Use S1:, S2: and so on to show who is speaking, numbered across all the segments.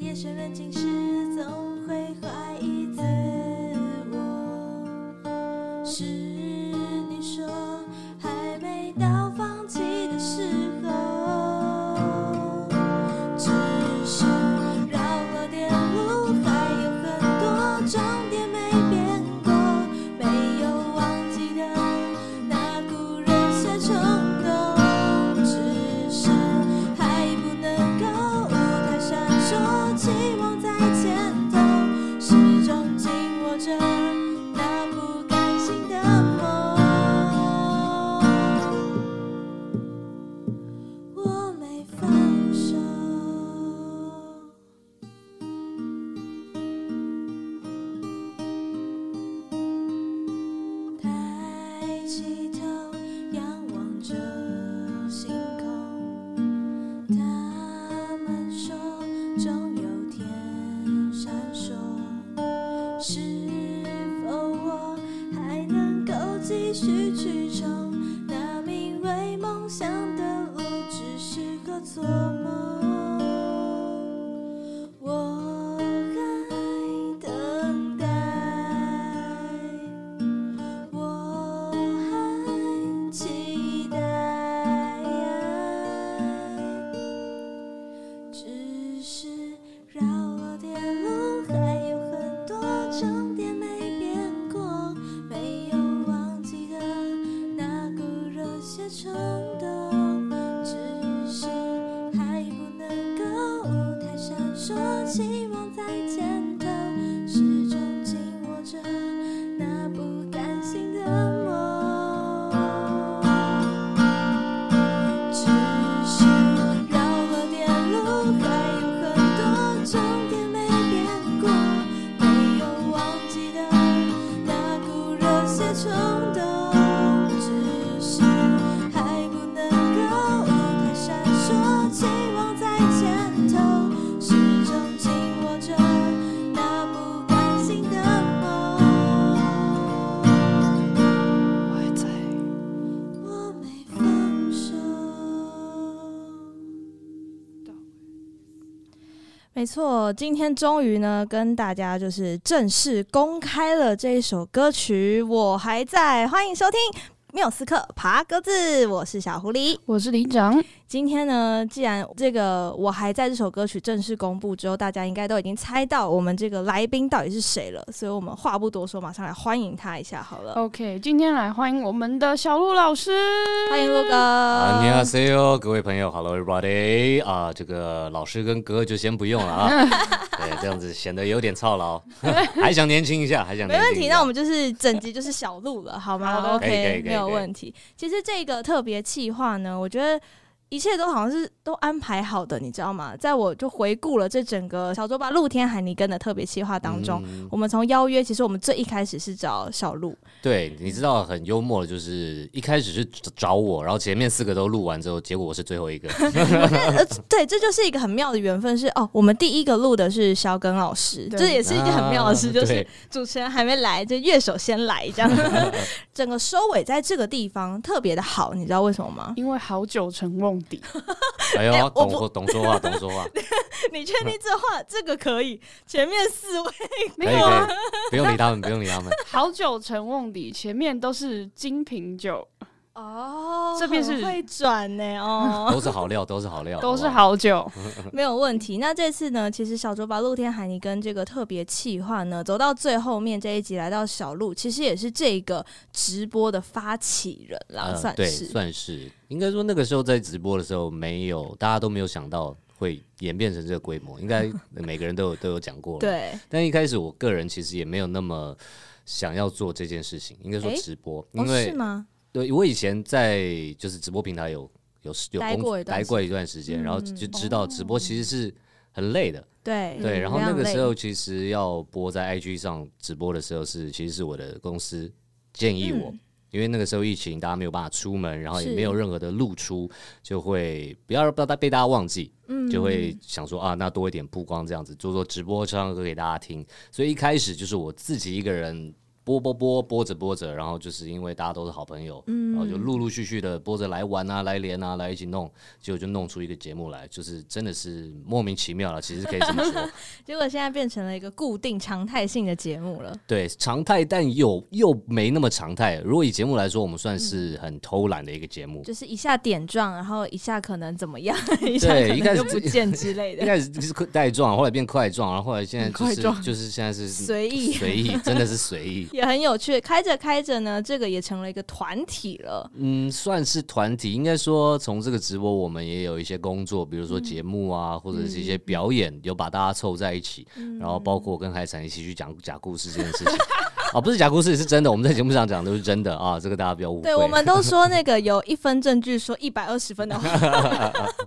S1: 夜深人静时，总会怀疑自我。是你说还没到放弃的时候，只是绕了点路，还有很多终点没变过，没有忘记的那股热血冲动，只是还不能够舞台闪烁，期望在前头，始终紧握着那不甘心的梦。我没放手。抬起头，仰望着星空。他们说，终有天闪烁。是否我还能够继续去冲？那名为梦想的路，只是个做梦。我还等待，我还期待，只是绕了点路，还有很多终点没变过，没有忘记的那股热血冲动，只是还不能够舞台闪烁，期望在前头，始终紧握着那不甘心的梦。只是绕了点路，还有很多终点没变过，没有忘记的那股热血冲动，只是还不能够舞台闪烁，期望在前头，始终紧握着那不甘心的梦。
S2: 我还在。
S1: 我没放手。
S3: 没错，今天终于呢跟大家就是正式公开了这一首歌曲《我还在》，欢迎收听缪斯克爬格子，我是小狐狸。
S2: 我是李长，
S3: 今天呢，既然这个我还在这首歌曲正式公布之后，大家应该都已经猜到我们这个来宾到底是谁了，所以我们话不多说，马上来欢迎他一下好了。
S2: OK，今天来欢迎我们的小鹿老师。
S3: 欢迎陆哥，
S4: 안녕하세요，各 E 位朋友，Hello everybody 啊，这个老师跟哥就先不用 了啊，对，这样子显得有点操劳， 还想年轻一下，还想
S3: 没
S4: 年
S3: 问
S4: 轻一
S3: 题，
S4: 下
S3: 那我们就是整集就是小鹿了，好吗
S2: 好
S3: o
S4: 可以可以可
S3: k
S4: 以
S3: 没有问题。其实这个特别企划呢，我觉得一切都好像是都安排好的，你知道吗？在我就回顾了这整个小周吧露天海尼根的特别企划当中，
S4: 嗯
S3: 我们从邀约，其实我们最一开始是找小鹿，
S4: 对，你知道很幽默的，就是一开始是找我，然后前面四个都录完之后，结果我是 最后一个，
S3: 呃，对，这就是一个很妙的缘分是，哦，我们第一个录的是小耿老师，
S2: 对
S3: 这也是一件很妙的事，
S4: 啊
S3: 就是
S4: 对
S3: 主持人还没来，就乐手先来这样。 整个收尾在这个地方特别的好，你知道为什么吗？
S2: 因为好久成梦 底，
S4: 哎呦，
S3: 我
S4: 懂
S3: 不
S4: 说懂说话，懂 说话，
S3: 你
S4: 嗯
S3: 确定这话这个可以？前面四位
S4: 可以可
S3: 啊
S4: 以，不用理他们，不用 理他们，
S2: 啊好久成梦底，前面都是精品酒，
S3: 哦
S2: 这边是
S3: 很会转呢、 哦，
S4: 都是好料，都是好料，
S2: 都是
S4: 不。
S2: 好酒。
S3: 没有问题。那这次呢，其实小卓把露天海尼跟这个特别企划呢，走到最后面这一集来到小鹿，其实也是这个直播的发起人啦，
S4: 呃
S3: 算
S4: 对，
S3: 是。
S4: 算是，应该说那个时候在直播的时候，没有大家都没有想到会演变成这个规模，应该每个人都有都有讲过。，
S3: 对，
S4: 但一开始我个人其实也没有那么想要做这件事情，应该说
S3: 诶
S4: 直播，
S3: 哦，
S4: 因为、
S3: 是吗？
S4: 对我以前在就是直播平台有有有
S3: 待
S4: 工
S3: 过一段
S4: 待过一段时间，然后
S3: 嗯
S4: 就知道直播其实是很累的。
S3: 对
S4: 对，然
S3: 嗯
S4: 后
S3: 非
S4: 那
S3: 常
S4: 个
S3: 累
S4: 时候其实要播在 IG 上直播的时候是，其实是我的公司建议我，
S3: 嗯
S4: 因为那个时候疫情，大家没有办法出门，然后也
S3: 是
S4: 没有任何的露出，就会不要让大家被大家忘记，
S3: 嗯
S4: 就会想说啊，那多一点曝光这样子，做做直播唱歌给大家听。所以一开始就是我自己一个人。播播播播着播着，然后就是因为大家都是好朋友，
S3: 嗯
S4: 然后就陆陆续续的播着来玩啊，来连啊，来一起弄，结果就弄出一个节目来，就是真的是莫名其妙了。其实可以这么说，
S1: 结果现在变成了一个固定常态性的节目了。
S4: 对，常态但又又没那么常态。如果以节目来说，我们算是很偷懒的一个节目。
S1: 嗯就是一下点状，然后一下可能怎 么样，一下
S4: 对
S1: 可
S4: 一开
S1: 能
S4: 始
S1: 就不见之类
S4: 一
S1: 的，
S4: 开始是带状，后来变块状，然后后来现在就
S2: 块
S4: 是
S2: 状
S4: 就是现在是
S1: 随意
S4: 随意，真的是随意。
S1: 也很有趣。开着开着呢，这个也成了一个团体了。
S4: 嗯，算是团体，应该说从这个直播，我们也有一些工作，比如
S1: 嗯
S4: 说节目啊，或者是一些表演，有把大家凑在一起，
S1: 嗯
S4: 然后包括跟海产一起去讲假故事这件事情。啊，不是假故事，是真的。我们在节目上讲都是真的啊，这个大家不要误会。
S1: 对，我们都说那个有一分证据说一百二十分的话。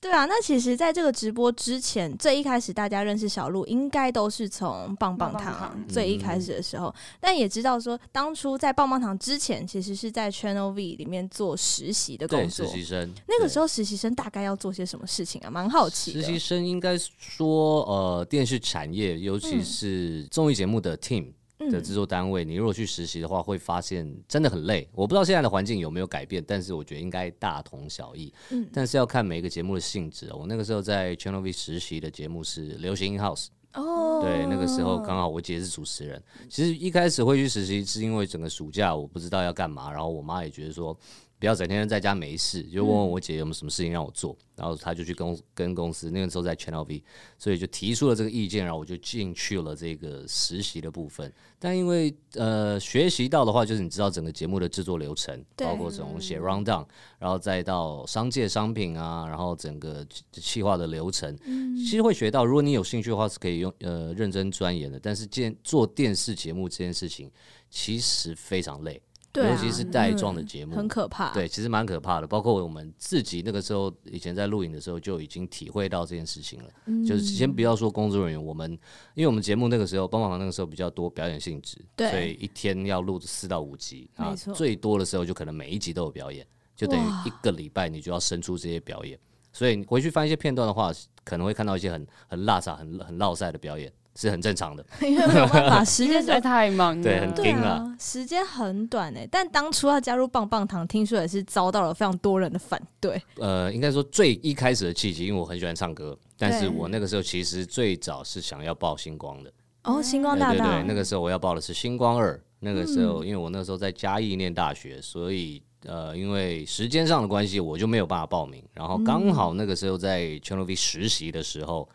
S1: 对啊，那其实，在这个直播之前，最一开始大家认识小鹿，应该都是从棒棒
S2: 棒
S1: 糖
S2: 棒糖
S1: 最一开始的时候，但也知道说，当初在棒棒糖之前，其实是在 Channel V 里面做实习的
S4: 对
S1: 工
S4: 实
S1: 作。
S4: 习生，
S1: 那个时
S4: 候
S1: 候，实习生大概要做些什么事情啊？蛮好奇
S4: 实
S1: 的。
S4: 习生应该说，呃，电视产业，尤
S1: 嗯
S4: 其是综艺节目的 team，的制作单位，你如果去实习的话，会发现真的很累。我不知道现在的环境有没有改变，但是我觉得应该大同小异。
S1: 嗯
S4: 但是要看每一个节目的性质哦。我那个时候在 Channel V 实习的节目是《流行 In House》，
S1: 哦，
S4: 对，那个时候刚好我姐是主持人。其实一开始会去实习，是因为整个暑假我不知道要干嘛，然后我妈也觉得说。不要整天在家没事，就问问我姐有没有什么事情让我做，然后她就去公跟公司，那个时候在 Channel V，所以就提出了这个意见，然后我就进去了这个实习的部分。但因为呃学习到的话，就是你知道整个节目的制作流程，
S1: 对
S4: 包括从写 round down，然后再到商界商品啊，然后整个企划的流程，其实会学到。如果你有兴趣的话，是可以用呃认真钻研的。但是见做电视节目这件事情，其实非常累，
S1: 对啊嗯
S4: 尤其是带状的节目，
S1: 很可怕。
S4: 对，其实蛮可怕的。包括我们自己那个时候，以前在录影的时候就已经体会到这件事情了。
S1: 嗯
S4: 就是先不要说工作人员，我们因为我们节目那个时候，帮忙那个时候比较多表演性质，
S1: 对
S4: 所以一天要录四到五集啊
S1: 没，错
S4: 最多的时候就可能每一集都有表演，就等于一个礼拜你就要生出这些表演。所以你回去翻一些片段的话，可能会看到一些很很辣撒、很很落赛的表演，是很正常的。
S1: 因为没有办法，时
S2: 因为
S1: 间
S2: 实
S1: 就
S4: 啊
S2: 在太忙了，
S4: 对很
S1: 对
S4: 硬
S1: 啊
S4: 啊，
S1: 时间很短哎、但当初要加入棒棒糖，听说也是遭到了非常多人的反对。
S4: 呃，应该说最一开始的契机，因为我很喜欢唱歌，但
S1: 对
S4: 是我那个时候其实最早是想要报星光的，
S1: 哦，星光
S4: 对
S1: 大嗯
S4: 对
S1: 道，
S4: 对，那个时候我要报的是星光二，那个时候、因为我那时候在嘉义念大学，所以呃，因为时间上的关系，我就没有办法报名。然后刚好那个时候在 Channel V 实习的时候，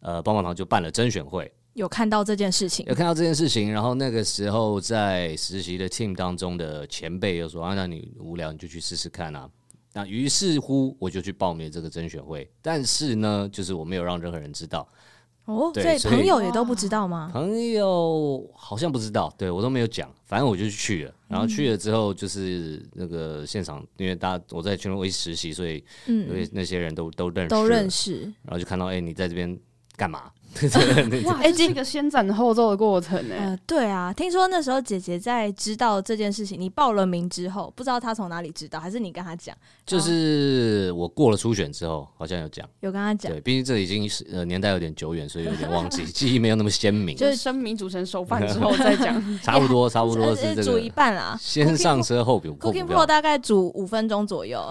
S4: 呃，棒棒糖就办了甄选会，
S1: 有看到这件事情
S4: 有，看到这件事情，然后那个时候在实习的 team 当中的前辈又说啊，那你无聊你就去试试看啊。那于是乎我就去报名这个甄选会，但是呢，就是我没有让任何人知道，
S1: 哦，
S4: 对
S1: 所以
S4: 所以啊
S1: 朋友也都不知道吗？
S4: 朋友好像不知道，对我都没有讲，反正我就去了。然后去了之后，就是那个现场，因为大家我在全国一实习，所以因
S1: 嗯，
S4: 为那些人都都认识，
S1: 都认。识。哦
S4: 然后就看到，哎、你在这边干嘛？
S2: 哇，
S1: 哎
S2: 这是一个先斩后奏的过程哎，
S1: 呃，对啊，听说那时候姐姐在知道这件事情，你报了名之后，不知道她从哪里知道，还是你跟她讲，
S4: 就是我过了初选之后，好像有讲，
S1: 有跟她讲，
S4: 对，毕竟这已经是呃年代有点久远，所以有点 忘记，记忆没有那么鲜明，
S2: 就是声明主持人熟饭之后再讲，
S4: 差不多，差不多
S1: 呃
S4: 是
S1: 呃
S4: 这
S1: 煮一
S4: 个。
S1: 半啦。
S4: 先 上车后补后
S1: Cooking
S4: 补
S1: Pro
S4: 票，
S1: 大概煮五分钟左右。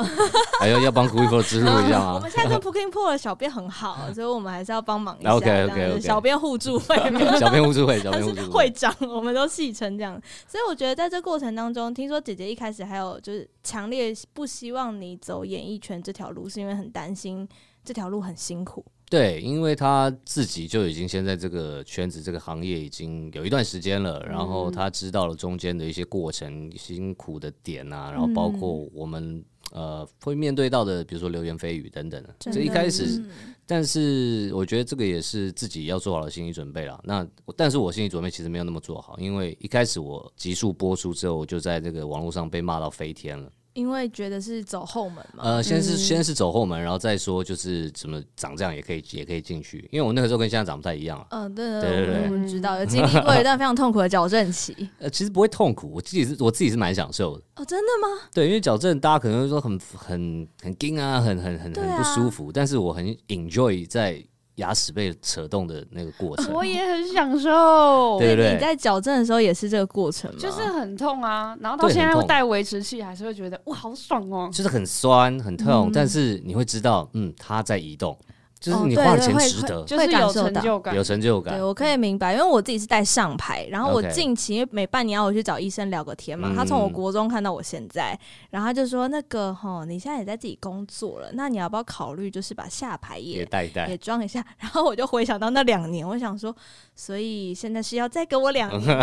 S4: 哎呦，要帮 Cooking Pro 植入一下啊
S1: 我
S4: 吗
S1: 们？现在跟 Cooking Pro 的小编很 好，所以我们还是要帮忙一下。
S4: OK，OK，OK
S1: 这样子小编互助会，
S4: 小编互助会，小
S1: 他
S4: 编
S1: 是
S4: 互助
S1: 会长，我们都戏称这样。所以我觉得在这过程当中，听说姐姐一开始还有就是强烈不希望你走演艺圈这条路，是因为很担心这条路很辛苦。
S4: 对，因为他自己就已经先在这个圈子、这个行业已经有一段时间了，然
S1: 嗯
S4: 后他知道了中间的一些过程、辛苦的点啊，然后
S1: 嗯
S4: 包括我们、呃会面对到的，比如说流言蜚语等等的。
S1: 真
S4: 这一
S1: 的
S4: 开始，但是我觉得这个也是自己要做好的心理准备啦。那我但是我心理准备其实没有那么做好，因为一开始我集数播出之后，我就在这个网络上被骂到飞天了。
S1: 因为觉得是走后门嘛。
S4: 呃，先是、先是走后门，然后再说就是怎么长这样也可以也可以进去，因为我那个时候跟现在长不太一样啊。
S1: 嗯，对
S4: 对对对
S1: 我们知道有经历过一段非常痛苦的矫正 期。
S4: 呃，其实不会痛苦，我自己是我自己是蛮享受的。
S1: 哦，真的吗？
S4: 对，因为矫正大家可能会说很很很惊啊，很很很
S1: 对啊
S4: 很不舒服，但是我很 enjoy 在牙齿被扯动的那个过程，
S2: 我也很享受，
S4: 对不
S1: 你
S4: 对？
S1: 在矫正的时候也是这个过程吗？
S2: 就是很痛啊。然后到
S4: 对
S2: 现在
S4: 很痛
S2: 戴维持器，还是会觉得哇，好爽哦。
S4: 就是很酸很
S2: 嗯
S4: 痛，但是你会知道，嗯，它在移动，就是
S1: 哦
S4: 你
S1: 对
S4: 花
S1: 对
S4: 钱
S1: 会
S4: 值
S1: 会
S4: 得，
S2: 就是
S1: 感
S2: 有
S1: 受
S2: 成
S1: 到
S2: 就感
S4: 有。成就感
S1: 对，。我可以明白，因为我自己是戴上排，然后我
S4: OK
S1: 近期因为每半年要我去找医生聊个天嘛，
S4: 嗯
S1: 他从我国中看到我现在，然后他就说那个哈，你现在也在自己工作了，那你要不要考虑就是把下排
S4: 也
S1: 也
S4: 带一带
S1: 也，装一下？然后我就回想到那两年，我想说，所以现在是要再给我两
S4: 嗯
S1: 年，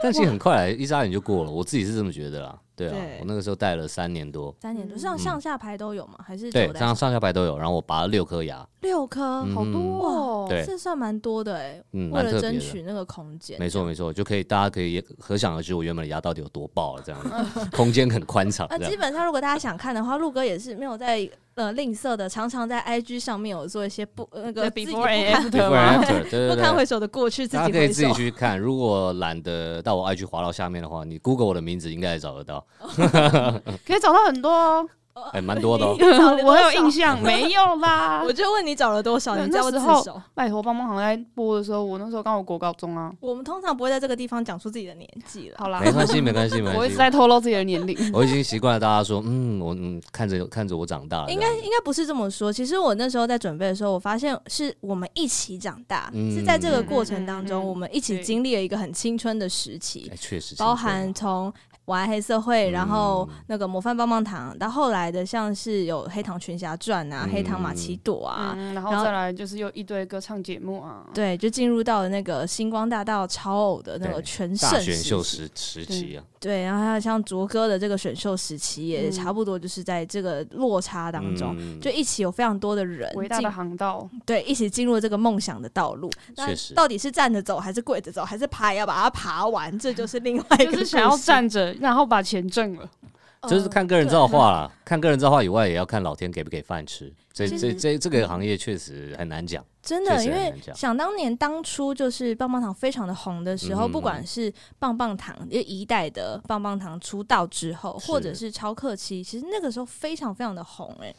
S4: 但其实很快，一眨眼就过了。我自己是这么觉得啦，对啊，
S1: 对
S4: 我那个时候戴了三年多，
S1: 三年多，上
S4: 嗯
S1: 上下排都有吗？还是只
S4: 对
S1: 有，戴
S4: 上上下排都有，然后我拔了六颗牙，
S1: 六颗？
S4: 嗯
S2: 好多哦，
S4: 对
S1: 这算蛮多的哎，
S4: 嗯，
S1: 为
S4: 蛮
S1: 了
S4: 特别
S1: 争
S4: 的。
S1: 取那个空间，
S4: 没错没错，就可以大家可以也可想而知我原本的牙到底有多爆啊了，这样空间很宽敞，
S1: 那
S4: 这
S1: 啊基
S4: 样
S1: 本上，如果大家想看的话，鹿哥也是没有在呃吝啬的，常常在 IG 上面有做一些不呃那个
S2: 对
S1: 自己不
S2: before and
S1: 看
S4: Before
S2: after 吗
S4: and？after，对对
S1: 不堪
S4: 对
S1: 回。首的过去，自
S4: 大
S1: 己
S4: 家可以
S1: 回
S4: 自己
S1: 首。。
S4: 去看，如果懒得到我 IG 滑到下面的话，你 Google 我的名字应该也找得到，
S2: 可以找到很多哦，
S4: 哎、蛮多的哦
S1: 找了多少
S2: 我有印象，没有啦
S1: 我。就问你找了多少，
S2: 那
S1: 你叫我
S2: 那
S1: 自
S2: 时候
S1: 首。
S2: 拜托，棒棒糖在播的时候，我那时候刚好国高中啊。
S1: 我们通常不会在这个地方讲出自己的年纪了。
S2: 好啦，
S4: 没关系，没 关系，没
S2: 我
S4: 关
S2: 一直
S4: 系。
S2: 在透露自己的年龄。
S4: 我已经习惯了大家说，嗯，我嗯看着看着我长大了这
S1: 应
S4: 样
S1: 该
S4: 子，
S1: 应该不是这么说。其实我那时候在准备的时候，我发现是我们一起长大，
S4: 嗯
S1: 是在这个过程当中，
S2: 嗯嗯嗯
S1: 我们一起
S2: 对
S1: 经历了一个很青春的时期
S4: 哎，。确实
S1: 包
S4: 青春
S1: 含
S4: 啊
S1: 从玩黑社会，
S4: 嗯
S1: 然后那个模范棒棒糖，到后来的像是有黑糖群侠传啊、
S4: 嗯
S1: 黑糖玛奇朵啊，
S2: 嗯，然后
S1: 然后
S2: 再来就是又一堆歌唱节目啊。
S1: 对，就进入到了那个星光大道超偶的那个
S4: 对
S1: 全
S4: 大
S1: 盛
S4: 选秀
S1: 期，
S4: 时时期啊，
S1: 对，然后还有像卓哥的这个选秀时期，也
S2: 嗯
S1: 差不多就是在这个落差当中。
S4: 嗯
S1: 就一起有非常多的人
S2: 伟大
S1: 进
S2: 的航 道，
S1: 对一起进入这个梦想的道路，那
S4: 确实
S1: 到底是站着走还是跪着走，还是爬也要把它爬完，这就是另外一个
S2: 就是想要
S1: 故事，
S2: 站着，然后把钱挣了。
S1: 呃
S4: 就是看个人造
S1: 啊
S4: 化啦，看个人造化以外，也要看老天给不给饭吃。这这这这个行业确实很难讲，
S1: 真
S4: 确
S1: 的，
S4: 实
S1: 因
S4: 很
S1: 为
S4: 难讲
S1: 想当年当初就是棒棒糖非常的红的时候，
S4: 嗯
S1: 不管是棒棒糖就一代的棒棒糖出道之后，
S4: 是
S1: 或者是超客期，其实那个时候非常非常的红哎、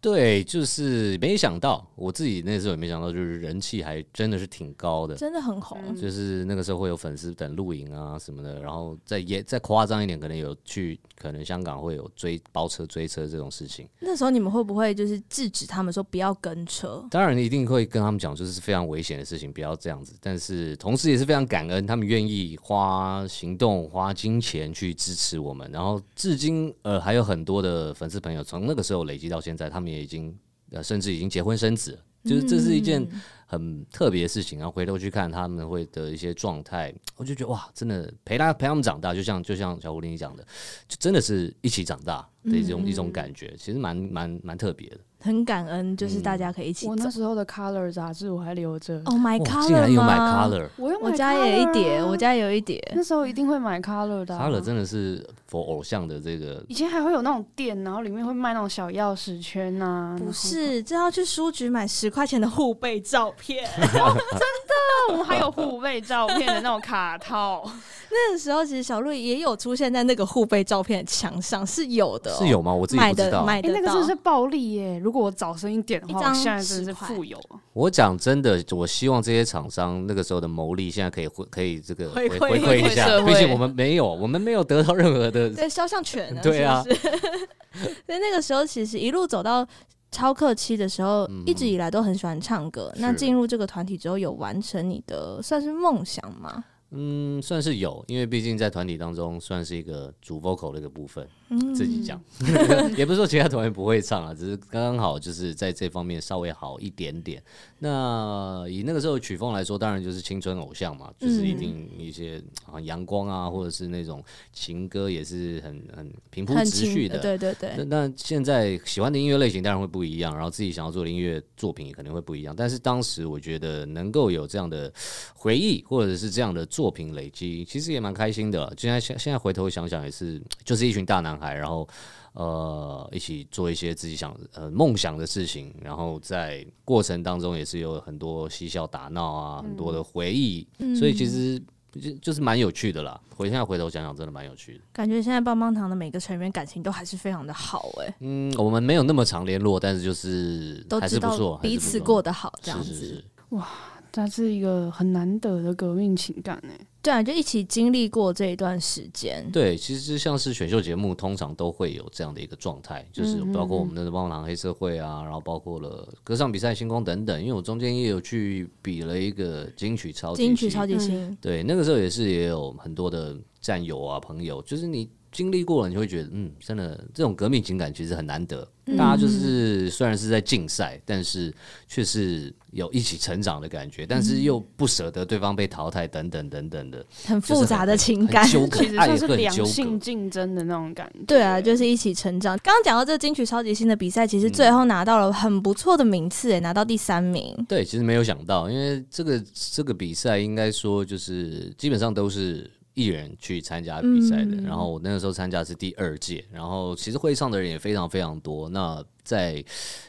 S4: 对，就是没想到，我自己那时候也没想到，就是人气还真的是挺高的。
S1: 真的很红。
S2: 嗯
S4: 就是那个时候会有粉丝等露营啊什么的，然后再也再夸张一点，可能有去，可能香港会有追包车追车这种事情。
S1: 那时候你们会不会就是制止他们说不要跟车？
S4: 当然一定会跟他们讲，就是非常危险的事情，不要这样子。但是同时也是非常感恩，他们愿意花呃行动、花金钱去支持我们。然后至今，呃，还有很多的粉丝朋友，从那个时候累积到现在，他们也已经，呃，甚至已经结婚生子了，就是这是一件
S1: 嗯
S4: 很特别的事情。然后回头去看他们会的一些状态，我就觉得哇，真的陪他陪他们长大，就像就像小狐狸你讲的，就真的是一起长大的一种、
S1: 嗯
S4: 一种感觉，其实蛮蛮蛮特别的。
S1: 很感恩，就是大家可以一起
S2: 我
S1: 走
S2: 那。时候的 Color 杂志我还留着，
S1: Oh my
S4: 哇
S1: color
S4: 竟然有买
S1: 吗
S4: color。
S2: 我有买
S1: 我家也有一叠，
S2: Color 啊
S1: 我家也有一叠。
S2: 那时候一定会买 Color 的啊。
S4: 他了真的是佛偶像的这个，
S2: 以前还会有那种店，然后里面会卖那种小钥匙圈呐、啊。
S1: 不是，这要去书局买十块钱的护背照片。
S2: 然后，我们还有护卫照片的那种卡套。
S1: 那个时候，其实小鹿也有出现在那个护背照片的墙上，是有的哦、
S4: 是有吗？我自己
S1: 买
S4: 不知
S1: 的
S4: 道。啊
S1: 买
S2: 哎、
S1: 得
S2: 那个
S1: 到。
S2: 真的是暴利耶！如果我早生一点的
S1: 一
S2: 话，
S1: 张
S2: 我现在真的
S1: 10
S2: 是
S1: 块
S2: 富有啊。
S4: 我讲真的，我希望这些厂商那个时候的牟利，现在可以回可以这个
S1: 回
S4: 回
S1: 馈
S4: 回
S2: 回
S4: 馈
S2: 馈
S4: 一下
S2: 社，会
S4: 毕竟我们 没有，我们没有得到任何的。
S1: 对肖像权呢？
S4: 对啊
S1: 是 不是所以那个时候，其实一路走到超客期的时候，
S4: 嗯
S1: 一直以来都很喜欢唱歌。
S4: 是
S1: 那进入这个团体之后，有完成你的算是梦想吗？
S4: 嗯，算是有，因为毕竟在团体当中算是一个主 vocal 的一个部分，
S1: 嗯
S4: 自己讲， 也不是说其他团员不会唱啊，只是刚刚好就是在这方面稍微好一点点。那以那个时候的曲风来说，当然就是青春偶像嘛，
S1: 嗯
S4: 就是一定一些啊阳光啊，或者是那种情歌，也是很很平铺
S1: 很
S4: 直叙
S1: 勤
S4: 的。
S1: 对对对
S4: 那，那现在喜欢的音乐类型当然会不一样，然后自己想要做的音乐作品也肯定会不一样。但是当时我觉得能够有这样的回忆，或者是这样的作品累积，其实也蛮开心的了。现在现现在回头想想，也是就是一群大男孩，然后呃一起做一些自己想呃梦想的事情，然后在过程当中也是有很多嬉笑打闹啊，很多的回忆，所以其实就就是蛮有趣的啦。回现在回头想想，真的蛮有趣的。
S1: 感觉现在棒棒糖的每个成员感情都还是非常的好哎、
S4: 嗯，我们没有那么常联络，但是就是
S1: 都
S4: 还
S1: 知
S4: 是不
S1: 道
S4: 错，
S1: 彼此过
S4: 的
S1: 得好这样子。
S4: 是是是
S2: 它是一个很难得的革命情感哎、
S1: 对啊，就一起经历过这一段时间。
S4: 对，其实像是选秀节目，通常都会有这样的一个状态，就是
S2: 嗯嗯
S4: 包括我们的棒棒糖黑社会啊，然后包括了歌唱比赛、星光等等。因为我中间也有去比了一个金曲超级
S1: 金曲
S4: 星
S1: 超级
S2: 嗯
S1: 星，
S4: 对，那个时候也是也有很多的战友啊、朋友，就是你经历过了，你会觉得，嗯，真的这种革命情感其实很难得。大家就是虽然是在竞赛，但是却是有一起成长的感觉，但是又不舍得对方被淘汰，等等等等的，
S1: 很
S4: 就是
S1: 复杂的情感
S4: 很。纠葛
S2: 其实，
S4: 爱也
S2: 算是
S4: 会很
S2: 良
S4: 纠
S2: 性
S4: 葛。
S2: 竞争的那种感觉。
S1: 对啊，就是一起成长。刚刚讲到这金曲超级星的比赛，其实最后拿到了很不错的名次，哎，拿到第三名。
S4: 对，其实没有想到，因为这个这个比赛应该说就是基本上都是艺人去参加比赛的。然后我那个时候参加的是第二届，然后其实会上的人也非常非常多。那在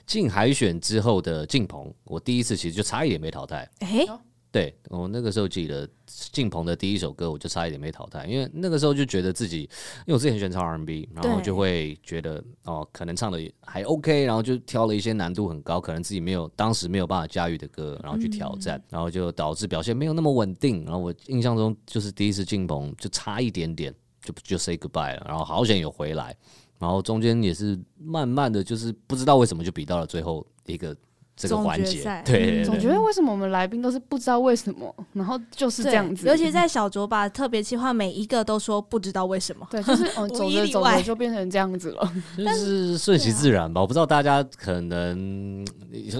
S4: 进海选之后的进棚，我第一次其实就差一点被淘汰。
S1: 哎，
S4: 对我那个时候记得进鹏的第一首歌，我就差一点被淘汰，因为那个时候就觉得自己，因为我自己很喜欢唱 R&B，然后
S1: 对
S4: 就会觉得哦，可能唱的还 OK，然后就挑了一些难度很高，可能自己没有当时没有办法驾驭的歌，然后去挑
S1: 嗯
S4: 战，然后就导致表现没有那么稳定。然后我印象中就是第一次进鹏就差一点点就就 say goodbye 了，然后好险有回来，然后中间也是慢慢的就是不知道为什么就比到了最后一个这个
S1: 总
S4: 环
S1: 决
S4: 节
S1: 赛，
S4: 对对对
S2: 总觉得为什么我们来宾都是不知道为什么，然后就是这
S1: 对
S2: 样子。嗯
S1: 尤其在小卓吧特别企划，每一个都说不知道为什么。
S2: 对，就是 嗯，
S1: 无
S2: 走
S1: 一
S2: 着
S1: 例
S2: 走
S1: 外
S2: 着就变成这样子了。
S4: 就是顺其自然吧，我不知道大家可能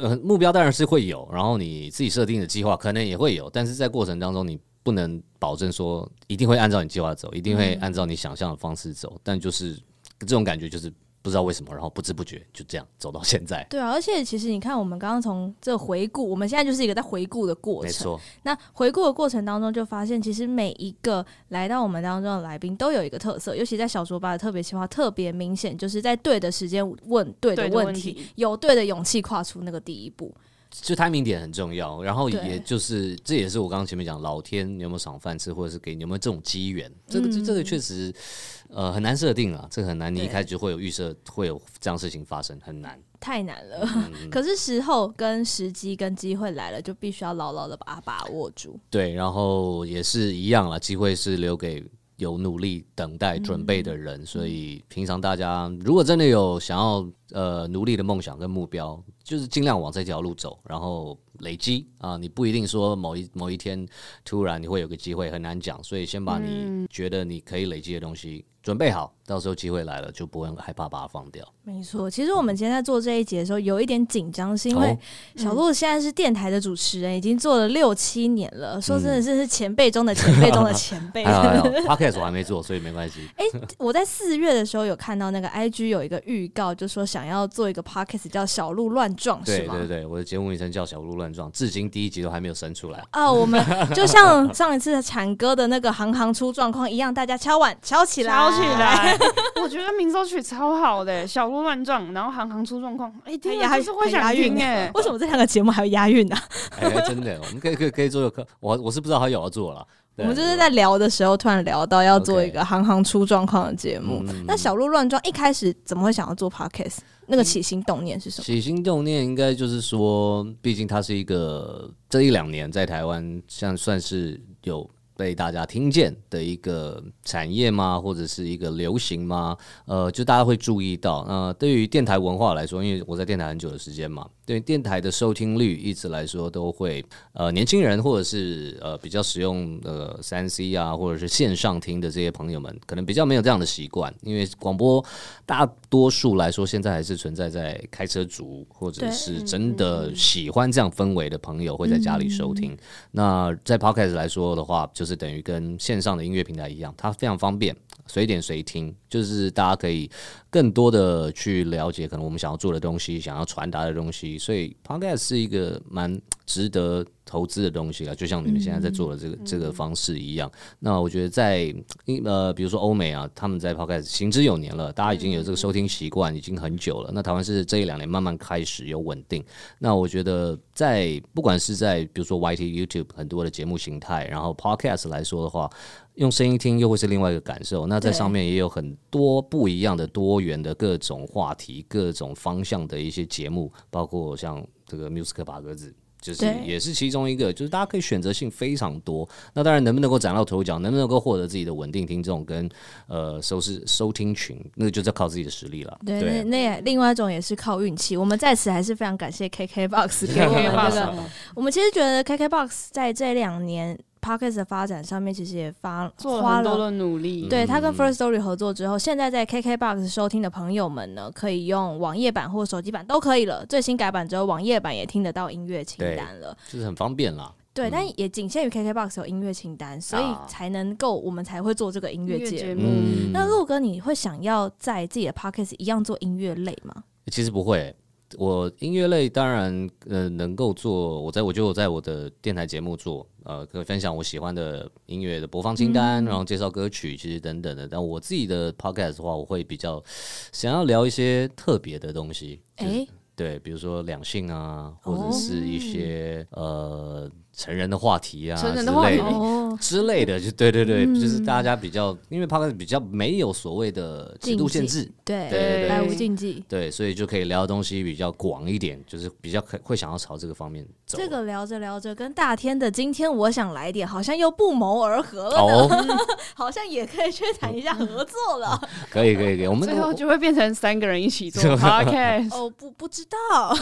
S4: 呃目标当然是会有，然后你自己设定的计划可能也会有，但是在过程当中你不能保证说一定会按照你计划走，一定会按照你想象的方式走，但就是这种感觉就是不知道为什么，然后不知不觉就这样走到现在，
S1: 对啊，而且其实你看，我们刚刚从这回顾，我们现在就是一个在回顾的过
S4: 没
S1: 程。
S4: 错，
S1: 那回顾的过程当中，就发现其实每一个来到我们当中的来宾都有一个特色，尤其在小说吧的特别企划特别明显，就是在对的时间问对的
S2: 对的
S1: 问
S2: 问
S1: 题，
S2: 题
S1: 有对的勇气跨出那个第一步。
S4: 就 timing 点很重要，然后
S1: 对
S4: 也就是这也是我刚刚前面讲，老天你有没有赏饭吃，或者是给你有没有这种机缘，这个、这这个确实呃很难设定啊，这个很难，你一
S1: 嗯对
S4: 开始就会有预设会有这样的事情发生，很难。
S1: 太难
S4: 嗯
S1: 了， 可是时候跟时机跟机会来了，就必须要牢牢的把它把握住。
S4: 对，然后也是一样啦，机会是留给有努力等
S1: 嗯
S4: 待准备的人，所以平常大家如果真的有想要呃努力的梦想跟目标，就是尽量往这条路走，然后累积啊，你不一定说某一某一天突然你会有个机会，很难讲，所以先把
S1: 嗯
S4: 你觉得你可以累积的东西准备好，到时候机会来了就不会很害怕把它放掉。
S1: 没错，其实我们今天在做这一节的时候，有一点紧张，是因为
S4: 哦
S1: 小鹿现在是电台的主持人，已经做了六七年了。说真的，这是前辈中的前辈中 的前辈。
S4: 还好还好，podcast 我还没做，所以没关系。
S1: 我在四月的时候有看到那个 IG 有一个预告，就说想要做一个 podcast 叫“小鹿乱撞”，是
S4: 对
S1: 吗？
S4: 对对，我的节目名称叫《小鹿乱撞》，至今第一集都还没有生出来。
S1: 啊，我们就像上一次产哥的那个行行出状况一样，大家敲碗敲起来，
S2: 吵起。来，我觉得民奏曲超好的、小鹿乱撞，然后行行出状况，哎、听了就是会想听哎、
S1: 为什么这两个节目还有押韵呢、啊？
S4: 哎、真的，我们可以可以可以做个课，我我是不知道他有要做了。
S1: 我
S4: 对
S1: 们就是在聊的时候，突然聊到要做
S4: OK
S1: 一个行行出状况的节目。
S4: 嗯
S1: 那小鹿乱撞一开始怎么会想要做 podcast？那个起心动念是什么？
S4: 起心动念应该就是说，毕竟他是一个这一两年在台湾像算是有被大家听见的一个产业吗？或者是一个流行吗？呃，就大家会注意到。那、对于电台文化来说，因为我在电台很久的时间嘛，对电台的收听率一直来说都会呃年轻人或者是呃比较使用呃三 C 啊或者是线上听的这些朋友们，可能比较没有这样的习惯，因为广播大多数来说现在还是存在在开车族或者
S1: 对
S4: 是真的喜欢这样氛围的朋友会在家里收听。那在 Podcast 来说的话，就是等于跟线上的音乐平台一样，它非常方便，随点随听，就是大家可以更多的去了解可能我们想要做的东西，想要传达的东西。所以 Podcast 是一个蛮值得投资的东西啊，就像你们现在在做的这个、这个方式一样。那我觉得在因呃，比如说欧美啊，他们在 Podcast 行之有年了，大家已经有这个收听习惯，已经很久了。那台湾是这一两年慢慢开始有稳定。那我觉得在不管是在比如说 YT、YouTube 很多的节目形态，然后 Podcast 来说的话，用声音听又会是另外一个感受。那在
S1: 对
S4: 上面也有很多不一样的、多元的各种话题、各种方向的一些节目，包括像这个 Music 八格子。就是
S1: 对
S4: 也是其中一个，就是大家可以选择性非常多。那当然，能不能够崭露头角，能不能够获得自己的稳定听众跟呃收视收听群，那就是要靠自己的实力了。
S1: 对，那那也另外一种也是靠运气。我们在此还是非常感谢 KKBOX 给我 们这个我们其实觉得 KKBOX 在这两年 Podcast 的发展上面，其实也发
S2: 做了
S1: 花
S2: 很多
S1: 了。
S2: 的努力，
S1: 对他跟
S4: 嗯
S1: First Story 合作之后，现在在 KKBOX 收听的朋友们呢，可以用网页版或手机版都可以了。最新改版之后，网页版也听得到音乐清单了。
S4: 就是很方便啦。
S1: 对，
S4: 嗯
S1: 但也仅限于 KKBOX 有音乐清单，所以
S4: 啊
S1: 才能够我们才会做这个音乐节目。
S2: 嗯
S1: 那陆哥，你会想要在自己的 Podcast 一样做音乐类吗？
S4: 其实不会欸、我音乐类当然呃能够做，我在我就在我的电台节目做，呃，可以分享我喜欢的音乐的播放清单，然后介绍歌曲，其实等等的。但我自己的 podcast 的话，我会比较想要聊一些特别的东西，
S1: 哎、
S4: 就是对，比如说两性啊，或
S1: 哦
S4: 者是一些、呃成人的话题啊，之
S2: 成
S4: 类
S2: 人的话题
S1: 哦， 嗯
S4: 之类的，就对对对，就是大家比较，因为 podcast 比较没有所谓的尺度限
S1: 禁忌
S4: 制，
S1: 对，
S4: 对对对
S1: 百无禁忌。
S4: 对，所以就可以聊的东西比较广一点，就是比较可会想要朝这个方面走。
S1: 这个聊着聊着，跟大天的今天我想来点，好像又不谋而合了呢，
S4: 哦，
S1: 好像也可以去谈一下合作了。
S4: 可以可以可以，我们
S2: 最后
S4: 我
S2: 就会变成三个人一 起做 podcast。
S1: 哦，不，不知道，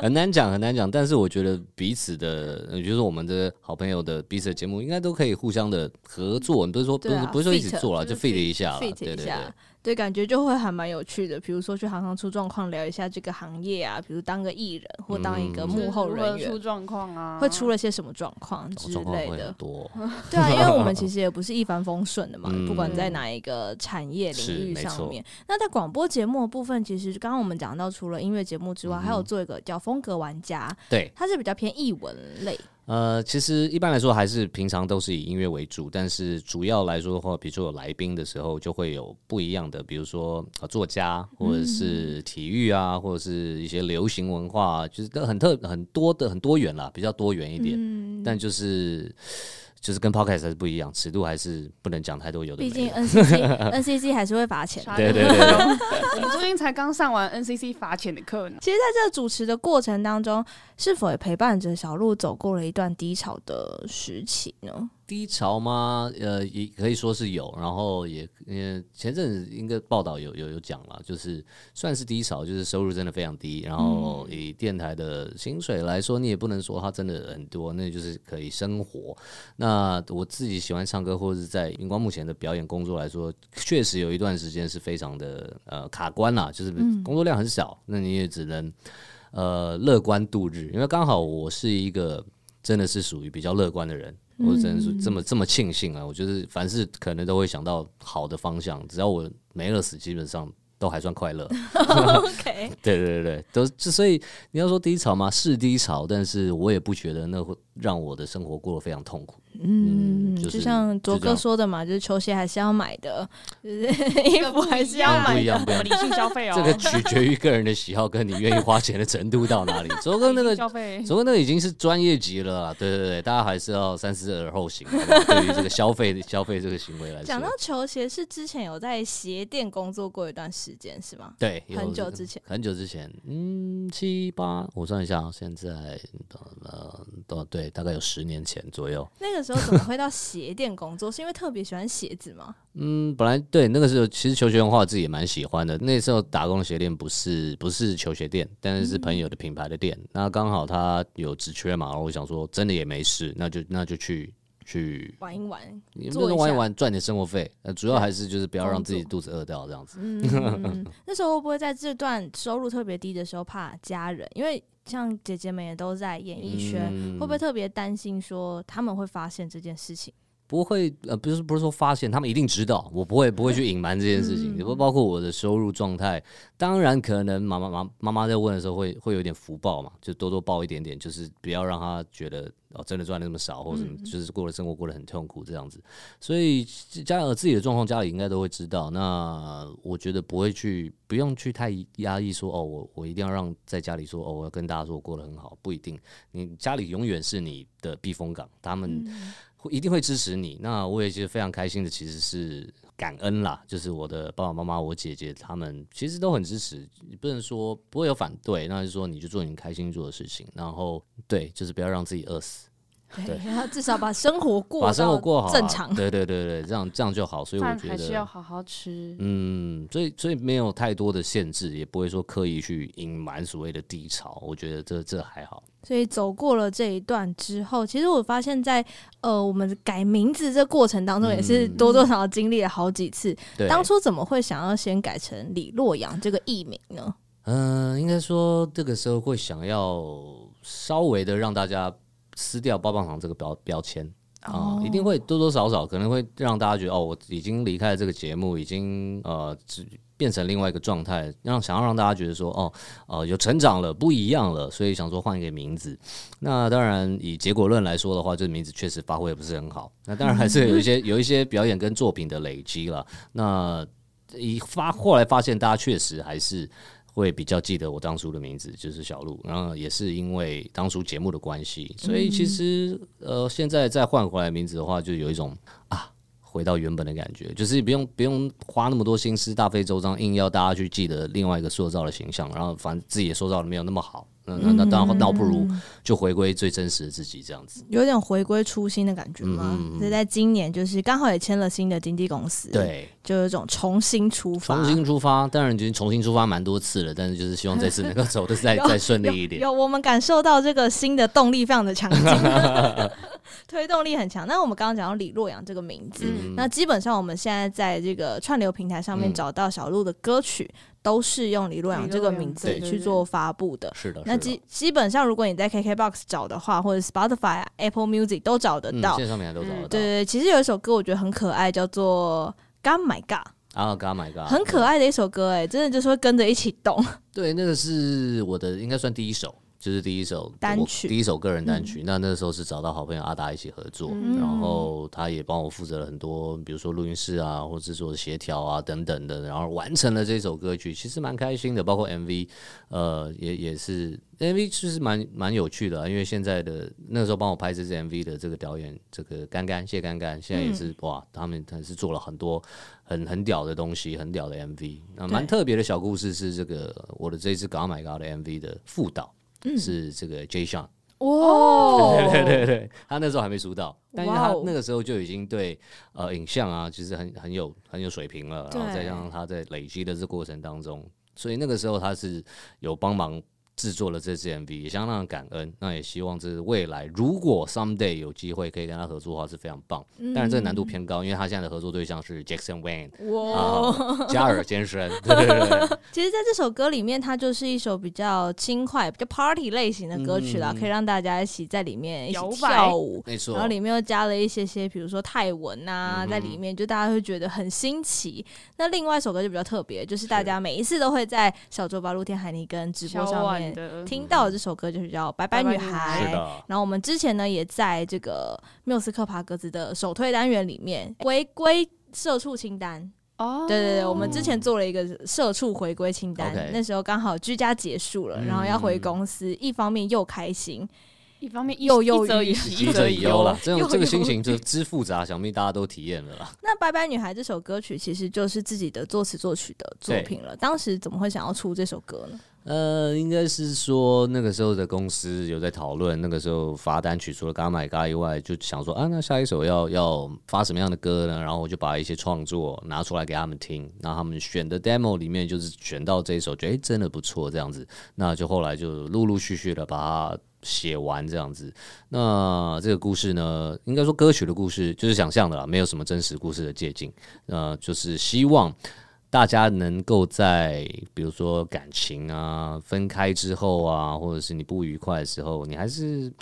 S4: 很难讲很难讲，但是我觉得彼此的，呃就是我们的好朋友的彼此的节目，应该都可以互相的合作。你不是说不
S1: 对
S4: 是
S1: 啊
S4: 不是说一起
S1: feat，
S4: 做了，就
S1: 就是
S4: feed 一下啦，对
S1: fit
S4: 对
S1: 一
S4: 对。
S1: 下，对，感觉就会还蛮有趣的。比如说去行行出状况，聊一下这个行业啊，比如当个艺人或当一个
S4: 嗯
S1: 幕后人
S2: 就是如何出
S1: 员。
S2: 状况啊，
S1: 会出了些什么状况之
S4: 哦状况
S1: 类
S4: 会
S1: 的
S4: 很？多，
S1: 对啊，因为我们其实也不是一帆风顺的嘛，
S4: 嗯
S1: 不管在哪一个产业领域
S4: 是
S1: 上
S4: 没
S1: 面。那在广播节目的部分，其实刚刚我们讲到，除了音乐节目之
S4: 嗯
S1: 外，还有做一个叫风格玩家，
S4: 对，
S1: 它是比较偏译文类。
S4: 呃，其实一般来说还是平常都是以音乐为主，但是主要来说的话，比如说有来宾的时候，就会有不一样的，比如说呃作家，或
S1: 嗯
S4: 者是体育啊，或者是一些流行文化、啊，就是都很特很多的很多元啦，比较多元一点。
S1: 嗯，
S4: 但就是就是跟 podcast 还是不一样，尺度还是不能讲太多有的
S1: 毕
S4: 没
S1: 竟
S4: 的。
S1: NCC NCC 还是会罚钱的。
S4: 对对对对，
S2: 我们最近才刚上完 NCC 罚钱的课呢，
S1: 其实，在这个主持的过程当中，是否也陪伴着小鹿走过了一段低潮的时期 呢？
S4: 低潮吗？呃，也可以说是有，然后也呃，前阵子应该报道有有有讲了，就是算是低潮，就是收入真的非常低，然后以电台的薪水来说，你也不能说它真的很多，那就是可以生活。那我自己喜欢唱歌，或者是在荧光幕前的表演工作来说，确实有一段时间是非常的呃卡关啦，就是工作量很少，那你也只能呃乐观度日，因为刚好我是一个真的是属于比较乐观的人，我只能说
S1: 嗯
S4: 这么这么庆幸啊，我就是凡事可能都会想到好的方向，只要我没饿死，基本上都还算快 乐。
S1: OK，
S4: 对对对对，都就所以你要说低潮吗？是低潮，但是我也不觉得那会让我的生活过得非常痛苦。
S1: 嗯，
S4: 就是
S1: 就像卓
S4: 就这
S1: 哥
S4: 样
S1: 说的嘛，就是球鞋还是要买的，就是 衣服还是要
S4: 不
S1: 买
S4: 一
S1: 的。
S4: 样，不一
S2: 我们
S4: 样。
S2: 理性消费哦，
S4: 这个取决于个人的喜好，跟你愿意花钱的程度到 哪里。卓哥那
S2: 理
S4: 个
S2: 性
S1: 哎
S2: 消费
S4: 所以那个已经是专业级了啦，对对对，大家还是要三思而后行。好不好对于这个消费消费这个行为来
S1: 讲到
S4: 说，
S1: 球鞋，是之前有在鞋店工作过一段时间，是吗？
S4: 对，有
S1: 很久之前，
S4: 很久之前，嗯，七八，我算一下啊，现在呃呃，对，大概有十年前左右。
S1: 那个时候怎么会到鞋店工作？ 是因为特别喜欢鞋子吗？
S4: 嗯，本来对那个时候，其实球鞋文化我自己也蛮喜欢的。那时候打工的鞋店不是不是球鞋店，但是是朋友的品牌的店。那刚好他有职缺嘛，然后我想说真的也没事，那就那就去去
S1: 玩一玩，
S4: 你
S1: 做
S4: 们
S1: 一
S4: 玩一
S1: 下
S4: 玩赚点生活费，呃，主要还是就是不要让自己
S1: 工
S4: 肚子饿掉这样子。
S1: 嗯，那时候会不会在这段收入特别低的时候怕家人？因为像姐姐们也都在演艺圈，
S4: 嗯
S1: 会不会特别担心说他们会发现这件事情？
S4: 不会呃，不是不是说发现，他们一定知道，我不会不会去隐瞒这件事情，也不包括我的收入状态。当然，可能妈妈妈妈妈在问的时候会会有点福报嘛，就多多报一点点，就是不要让她觉得哦真的赚的那么少，或者什么就是过的生活过得很痛苦这样子。所以家呃自己的状况，家里应该都会知道。那我觉得不会去不用去太压抑说哦，我我一定要让在家里说哦，我要跟大家说我过得很好，不一定。你家里永远是你的避风港，他们会一定会支持你。那我也其实非常开心的，其实是感恩啦，就是我的爸爸妈妈、我姐姐他们其实都很支持，不能说不会有反对，那就说你就做你开心做的事情，然后对，就是不要让自己饿死，
S1: 对，然后至少把生活过
S4: 把生活过好
S1: 到
S4: 啊，
S1: 正常。
S4: 对对对对，这样这样就好。所以我
S2: 饭
S4: 觉
S2: 还是要
S4: 得，
S2: 好好吃。
S4: 嗯，所以所以没有太多的限制，也不会说刻意去隐瞒所谓的低潮。我觉得这这还好。
S1: 所以走过了这一段之后，其实我发现在，呃我们改名字这过程当中，
S4: 嗯
S1: 也是多多少少经历了好几次。
S4: 对，
S1: 当初怎么会想要先改成李洛阳这个艺名呢？
S4: 嗯、应该说这个时候会想要稍微的让大家撕掉棒棒糖这个标标签啊、
S1: 哦
S4: 一定会多多少少可能会让大家觉得哦，我已经离开了这个节目，已经呃只变成另外一个状态，让想要让大家觉得说哦，呃有成长了，不一样了，所以想说换一个名字。那当然以结果论来说的话，这个名字确实发挥的不是很好。那当然还是有一些有一些表演跟作品的累积了。那以发后来发现，大家确实还是会比较记得我当初的名字，就是小鹿。然后也是因为当初节目的关系，所以其实、呃，现在再换回来名字的话，就有一种啊。回到原本的感觉，就是不用不用花那么多心思大费周章，硬要大家去记得另外一个塑造的形象，然后反正自己也塑造的没有那么好，那那那当然，那不如就回归最真实的自己这样子。
S1: 有点回归初心的感觉吗？
S4: 嗯嗯嗯
S1: 所以在今年，就是刚好也签了新的经纪公司，，
S4: 对，
S1: 就有一种重新出发。
S4: 重新出发，当然已经重新出发蛮多次了，但是就是希望这次能够走的再
S1: 有
S4: 再顺利一
S1: 有
S4: 点。
S1: 有，我们感受到这个新的动力非常的强 劲，推动力很强。那我们刚刚讲到李洛阳这个名字，
S4: 嗯
S1: 那基本上我们现在在这个串流平台上面
S4: 嗯
S1: 找到小鹿的歌曲，都是用李洛阳这个名字
S4: 李洛阳
S1: 去做发布的。
S4: 是的，
S1: 那
S4: 是的
S1: 基基本上，如果你在 KKBOX 找的话，或者 Spotify、Apple Music 都找得
S4: 嗯，
S1: 呃到。
S4: 线上平台都找得到。
S1: 对对对，其实有一首歌我觉得很可爱，叫做《God My God》，
S4: 啊，God my God，
S1: 很可。爱的一首歌，哎，真的就是会跟着一起 动。
S4: 对，那个是我的，应该算第一首，就是第一首
S1: 单
S4: 我
S1: 曲
S4: 第一首个人单曲。那那时候是找到好朋友阿达一起合作，
S1: 嗯
S4: 然后他也帮我负责了很多，比如说录音室啊，或制作的协调啊等等的，然后完成了这首歌曲，其实蛮开心的。包括 MV，呃，也也是 MV 其实蛮蛮有趣的啊、因为现在的那时候帮我拍这支 MV 的这个导演，这个干干谢干干，现在也是、哇，他们他是做了很多很很屌的东西，很屌的 MV。那蛮特别的小故事是这个我的这一支《God My God》的 MV 的副导。是这个 J. Sean，
S1: 哦，
S4: 对对对，他那时候还没出道，但是
S1: 哇
S4: 他
S1: 哦
S4: 那个时候就已经对呃影像啊，其实很很有很有水平了，然后再
S1: 对
S4: 加上他在累积的这过程当中，所以那个时候他是有帮忙。制作了这支 MV，也相当的感恩。那也希望这是未来，如果 someday 有机会可以跟他合作的话，是非常棒。
S1: 嗯
S4: 当然，这个难度偏高，因为他现在的合作对象是 Jackson Wayne
S1: 哇，
S4: 啊、加尔先生。对对对对，
S1: 哦其实，在这首歌里面，它就是一首比较轻快、比较 party 类型的歌曲啦，
S4: 嗯
S1: 可以让大家一起在里面一起
S2: 摇摆
S1: 跳舞。
S4: 没错。
S1: 然后里面又加了一些些，比如说泰文啊，
S4: 嗯
S1: 在里面就大家会觉得很新奇。那另外一首歌就比较特别，就是大家每一次都会在小周八露天海尼跟直播
S2: 小
S1: 上
S2: 碗
S1: 面
S2: 的，
S1: 听到的这首歌，就是叫《拜
S2: 拜
S1: 女
S2: 女
S1: 孩
S2: 孩》。
S4: 是的，
S1: 然后我们之前呢，也在这个缪斯克爬格子的首推单元里面回归社畜清单。
S2: 哦，
S1: 对对对，我们之前做了一个社畜回归清单
S4: OK
S1: 那时候刚好居家结束了，
S4: 嗯
S1: 然后要回公司，一方面又开心，
S2: 一方面一
S1: 又又
S2: 一则
S1: 一
S2: 以喜，
S4: 一则
S2: 则
S4: 以忧
S2: 忧
S4: 了，这种这个心。
S2: 又
S4: 情就之复杂，想必大家都体验了啦。
S1: 那《拜拜女孩》这首歌曲其实就是自己的作词作曲的作品了。当时怎么会想要出这首歌呢？
S4: 呃，应该是说那个时候的公司有在讨论，那个时候发单曲除了《嘎买嘎》以外，就想说啊，那下一首要要发什么样的歌呢？然后我就把一些创作拿出来给他们听，那他们选的 demo 里面就是选到这一首，觉得诶哎真的不错这样子，那就后来就陆陆续续的把它写完这样子。那这个故事呢，应该说歌曲的故事就是想象的啦，没有什么真实故事的借鉴。呃，就是希望大家能够在比如说感情啊分开之后啊，或者是你不愉快的时候，你还是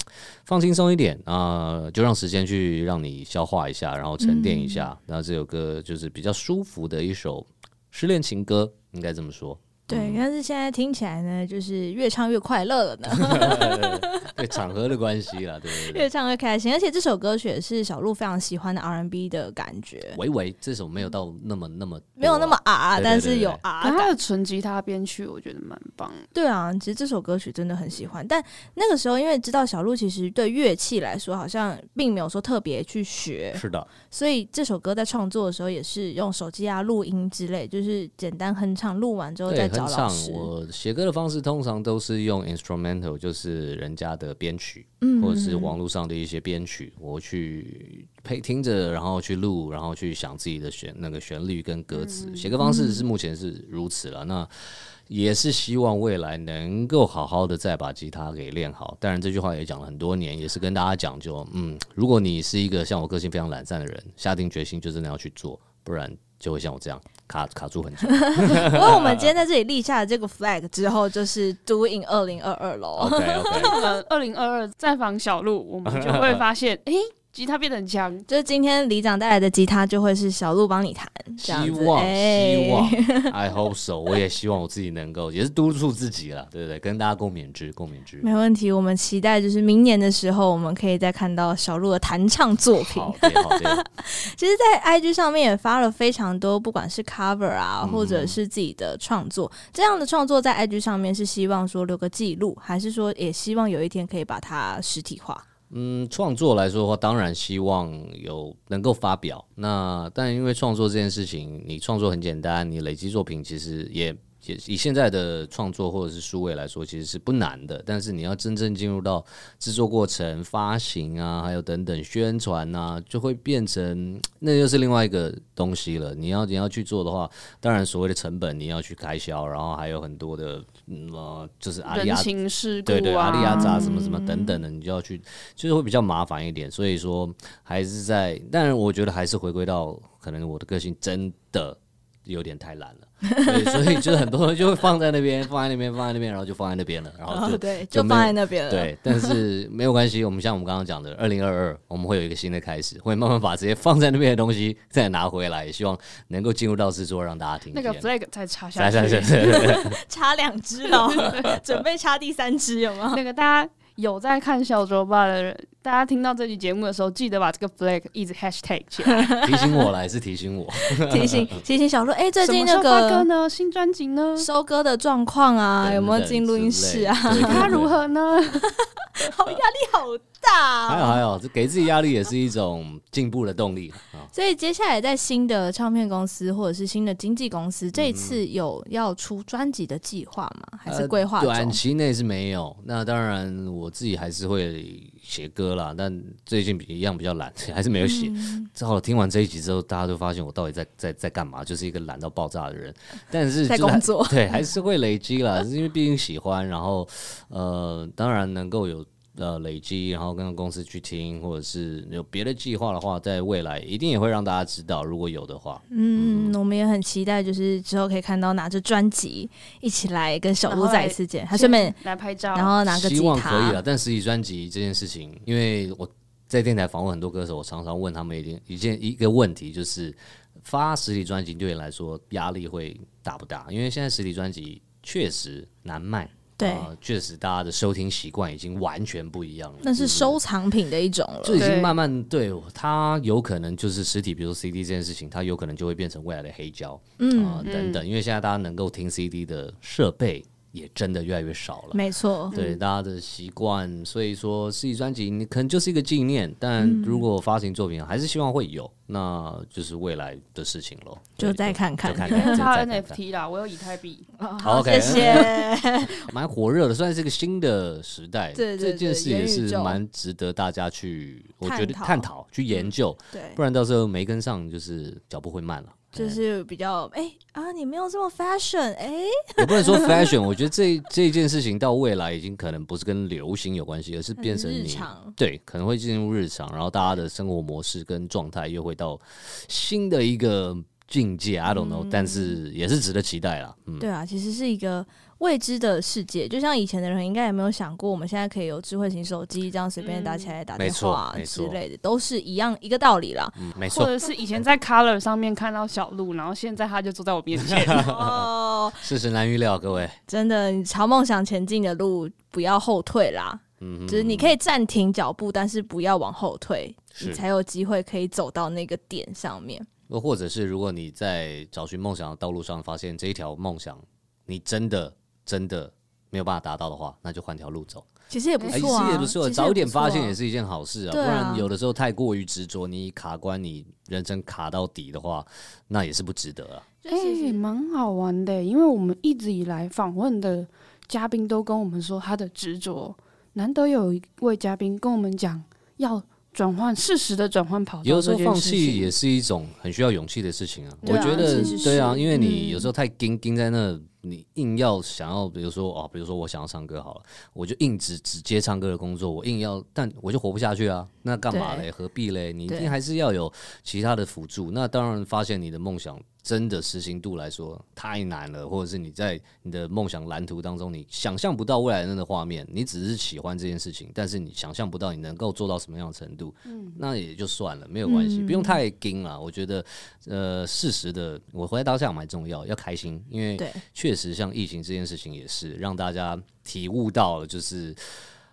S4: 放轻松一点啊、就让时间去让你消化一下，然后沉淀一下。然后这首歌就是比较舒服的一首失恋情歌，应该这么说。
S1: 对，但是现在听起来呢，就是越唱越快乐了呢，
S4: 对场合的关系啦，对对
S1: 越
S4: 对。
S1: 唱越开心。而且这首歌曲也是小鹿非常喜欢的 R&B 的感觉，
S4: 维维这首没有到那么那么多啊
S1: 没有那么啊，
S4: 对对对
S1: 但是有
S4: 对
S1: 啊
S2: 可
S1: 感
S2: 他的纯吉他编曲，我觉得蛮棒的。
S1: 对啊，其实这首歌曲真的很喜欢，但那个时候因为知道小鹿其实对乐器来说好像并没有说特别去学，
S4: 是的，
S1: 所以这首歌在创作的时候也是用手机啊录音之类，就是简单哼唱，录完之后
S4: 对，
S1: 再
S4: 哼
S1: 找老
S4: 唱。
S1: 师。
S4: 我写歌的方式通常都是用 instrumental，就是人家的编曲，
S1: 嗯
S4: 或者是网络上的一些编曲，我去配听着，然后去录，然后去想自己的旋那个旋律跟歌词。写歌方式是目前是如此了。那也是希望未来能够好好的再把吉他给练好。当然这句话也讲了很多年，也是跟大家讲就，嗯，如果你是一个像我个性非常懒散的人，下定决心就真的要去做，不然就会像我这样卡卡住很久。
S1: 不
S4: 啊
S1: 过我们今天在这里立下了这个 flag 之后，就是 Doing 二零二二喽。
S4: OK OK。
S2: 呃，二零二 二再访小鹿，我们就会发现，诶，吉他变得很强。
S1: 就是今天里长带来的吉他就会是小鹿帮你弹，这
S4: 希
S1: 样子。
S4: 望，
S1: 哎
S4: 希望 ，I hope so。我也希望我自己能够，也是督促自己了，对不对？跟大家共勉之，共勉之。
S1: 没问题，我们期待就是明年的时候，我们可以再看到小鹿的弹唱作品。
S4: 好，对，好，对。
S1: 其实，在 IG 上面也发了非常多，不管是 cover
S4: 嗯
S1: 啊，或者是自己的创作，这样的创作在 IG 上面是希望说留个记录，还是说也希望有一天可以把它实体化？
S4: 嗯，创作来说的话，当然希望有能够发表。那但因为创作这件事情，你创作很简单，你累积作品其实也也以现在的创作或者是数位来说，其实是不难的。但是你要真正进入到制作过程、发行啊，还有等等宣传啊，就会变成那又是另外一个东西了。你要你要去做的话，当然所谓的成本你要去开销，然后还有很多的嗯、呃就是阿里
S2: 人
S4: 阿
S2: 情世故
S4: 对对，阿
S2: 啊，
S4: 里阿扎什么什么等等的，你就要去，就是会比较麻烦一点。所以说，还是在，当然我觉得还是回归到可能我的个性真的有点太懒了，对，所以就是很多人就会放在那边，放在那边，放在那边，然后就放在那边了，然后 就。
S1: 对，就
S4: 就没有
S1: 放在那边了。，
S4: 对，但是没有关系。我们像我们刚刚讲的，二零二二，我们会有一个新的开始，会慢慢把这些放在那边的东西再拿回来，也希望能够进入到制作，让大家听
S2: 那
S4: 见。
S2: 个 flag 再插下
S4: 来来来
S2: 去。
S4: 来来来
S1: 插两只 了，准备插第三只，有吗？
S2: 那个大家有在看小卓吧的人，大家听到这期节目的时候，记得把这个 flag 一直 hashtag 起来。
S4: 提醒我来是提醒我。
S1: 提醒提醒小鹿，哎、 最近那
S2: 什么时候发歌
S1: 个
S2: 呢？新专辑呢？
S1: 收割的状况啊，
S4: 等
S1: 有没有
S4: 等
S1: 进录音
S4: 之
S1: 室
S4: 类
S1: 啊？
S4: 对对对
S2: 他如何呢？
S1: 好压力好大、
S4: 还
S1: 哦。
S4: 好还好，这给自己压力也是一种进步的动力啊。
S1: 所以接下来在新的唱片公司或者是新的经纪公司，这一次有要出专辑的计划吗？还是规划
S4: 嗯呃
S1: 中？
S4: 短期内是没有。那当然，我自己还是会写歌啦，但最近比一样比较懒， 还是没有写。
S1: 嗯
S4: 正好听完这一集之后，大家就发现我到底在在在干嘛，就是一个懒到爆炸的人。但是
S1: 在
S4: 就是
S1: 工作
S4: 还 对，还是会累积啦，是因为毕竟喜欢，然后呃，当然能够有。呃，累积，然后跟公司去听，或者是有别的计划的话，在未来一定也会让大家知道，如果有的话。
S1: 嗯，我们也很期待，就是之后可以看到拿着专辑一起来跟小鹿再一次见，还顺便
S2: 来拍照，
S1: 然后拿个吉
S4: 嗯希望可以啊
S1: 他
S4: 了，，但实体专辑这件事情，因为我在电台访问很多歌手，我常常问他们一件一件一个问题，就是发实体专辑对你来说压力会大不大？因为现在实体专辑确实难卖，
S1: 对，
S4: 呃确、实大家的收听习惯已经完全不一样了，
S1: 那是
S4: 对不对
S1: 收藏品的一种了。
S4: 就已
S2: 对
S4: 经慢慢对它有可能就是实体，比如说 CD 这件事情，它有可能就会变成未来的黑胶，啊、
S1: 嗯，
S4: 等等，因为现在大家能够听 CD 的设备也真的越来越少了。
S1: 没错，
S4: 对大家的习惯，所以说实体专辑你可能就是一个纪念，但
S1: 嗯
S4: 如果发行作品，还是希望会有，那就是未来的事情喽。
S1: 就
S4: 对
S1: 再看看
S4: 就 看
S2: 因为
S4: 看，
S2: 他
S4: 再再看看
S2: NFT 啦，我有以太币，
S1: 哦
S4: 好
S1: 谢
S4: ，OK
S1: 谢。
S4: 蛮火热的，算是一个新的时代。
S1: 对对
S4: 这件事
S1: 对
S4: 也
S1: 元宇
S4: 是
S1: 宙
S4: 蛮值得大家去，我
S1: 探
S4: 觉得
S1: 讨嗯
S4: 探讨去研究，
S1: 对，
S4: 不然到时候没跟上，就是脚步会慢了。
S1: 就是比较哎、啊，你没有这么 fashion 哎、
S4: 我不能说 fashion，我觉得这这件事情到未来已经可能不是跟流行有关系，而是
S1: 很
S4: 变成
S1: 日
S4: 你嗯
S1: 常
S4: 对可能会进入日常，然后大家的生活模式跟状态又会到新的一个境界，I don't know，、但是也是值得期待啦。
S1: 嗯
S4: 嗯，
S1: 对啊，其实是一个未知的世界，就像以前的人应该也没有想过，我们现在可以有智慧型手机，这样随便打起来打
S4: 没
S1: 电
S4: 错
S1: 话
S4: 没
S1: 之
S4: 错
S1: 类的，都是一样一个道理 啦。
S4: 嗯没
S2: 或
S4: 错，
S2: 者是以前在 Color 上面看到小鹿，然后现在他就坐在我面 前。哎
S1: 哦，
S4: 世事难预料，各位。
S1: 真的，你朝梦想前进的路不要后退啦，
S4: 嗯哼，
S1: 就是你可以暂停脚步，但是不要往后退，
S4: 是
S1: 你才有机会可以走到那个点上面。
S4: 又或者是如果你在找寻梦想的道路上发现这一条梦想你真的真的没有办法达到的话，那就换条路走。
S1: 其实也不
S4: 哎，
S1: 错啊，
S4: 是也不错，
S1: 其实
S4: 早点发现
S1: 不错啊
S4: 也是一件好事啊。不
S1: 对啊
S4: 然有的时候太过于执着，你卡关，你人生卡到底的话，那也是不值得啊。
S2: 哎、蛮好玩的，欸因为我们一直以来访问的嘉宾都跟我们说他的执着，难得有一位嘉宾跟我们讲要转换适时的转换跑道，
S4: 有的时候放弃也
S2: 情。
S4: 是一种很需要勇气的事情啊。我
S1: 对啊
S4: 觉得
S1: 其实
S4: 对啊，
S1: 是
S4: 因为你
S1: 嗯
S4: 有时候太盯盯在那，你硬要想要，比如说哦，比如说我想要唱歌好了，我就硬直直接唱歌的工作，我硬要，但我就活不下去啊。那干嘛
S1: 对
S4: 嘞？何必嘞？你一
S1: 对
S4: 定还是要有其他的辅助。那当然，发现你的梦想。真的实行度来说太难了，或者是你在你的梦想蓝图当中，你想象不到未来的那个画面，你只是喜欢这件事情，但是你想象不到你能够做到什么样的程度，那也就算了，没有关系，不用太盯了。我觉得，呃，适时的，我回来当下蛮重要，要开心，因为
S1: 对
S4: 确实像疫情这件事情也是让大家体悟到了，就是。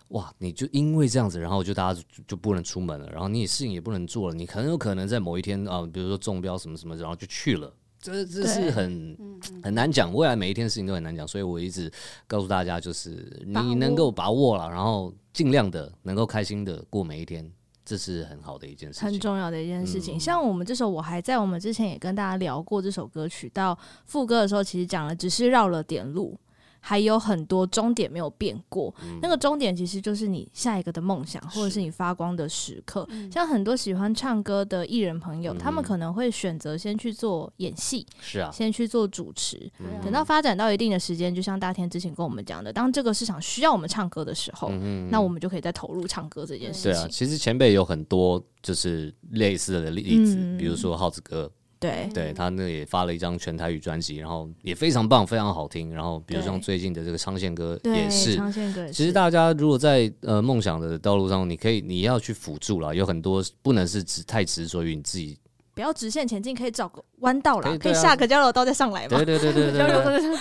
S4: 哇！你就因为这样子，然后就大家就就不能出门了，然后你也事情也不能做了，你很有可能在某一天啊、比如说中标什么什么，然后就去了，这这是
S1: 对
S4: 很很难讲，未来每一天事情都很难讲，所以我一直告诉大家，就是
S2: 把握
S4: 你能够把握了，然后尽量的能够开心的过每一天，这是很好的一件事情。
S1: 很重要的一件事情。
S4: 嗯
S1: 像我们这首《我还在》，我们之前也跟大家聊过这首歌曲。到副歌的时候，其实讲了只是绕了点路，还有很多终点没有变过。
S4: 嗯
S1: 那个终点其实就是你下一个的梦想，或者是你发光的时刻。像很多喜欢唱歌的艺人朋友，他们
S4: 嗯
S1: 可能会选择先去做演戏，
S4: 是啊，嗯
S1: 先去做主持。
S2: 对啊
S1: 等到发展到一定的时间，就像大天之前跟我们讲的，当这个市场需要我们唱歌的时候，
S4: 嗯
S1: 那我们就可以再投入唱歌这件
S4: 对
S1: 事
S4: 啊，
S1: 情。
S4: 其实前辈有很多就是类似的例子，
S1: 嗯
S4: 比如说耗子哥，
S1: 对
S4: 对啊他那也发了一张全台语专辑，然后也非常棒，非常好听。然后比如
S1: 对
S4: 像最近的这个昌宪歌
S1: 对，
S4: 也是，
S1: 唱宪歌也
S4: 其实
S1: 是
S4: 大家如果在呃梦想的道路上，你可以你要去辅助啦，有很多不能是执太执着于你自己。
S1: 不要直线前进，可以找个弯道啦，
S4: 可以
S1: 可以
S4: 对啊
S1: 下个交流道再上来嘛
S4: 对。对对对对
S2: 交流
S4: 对。
S2: 道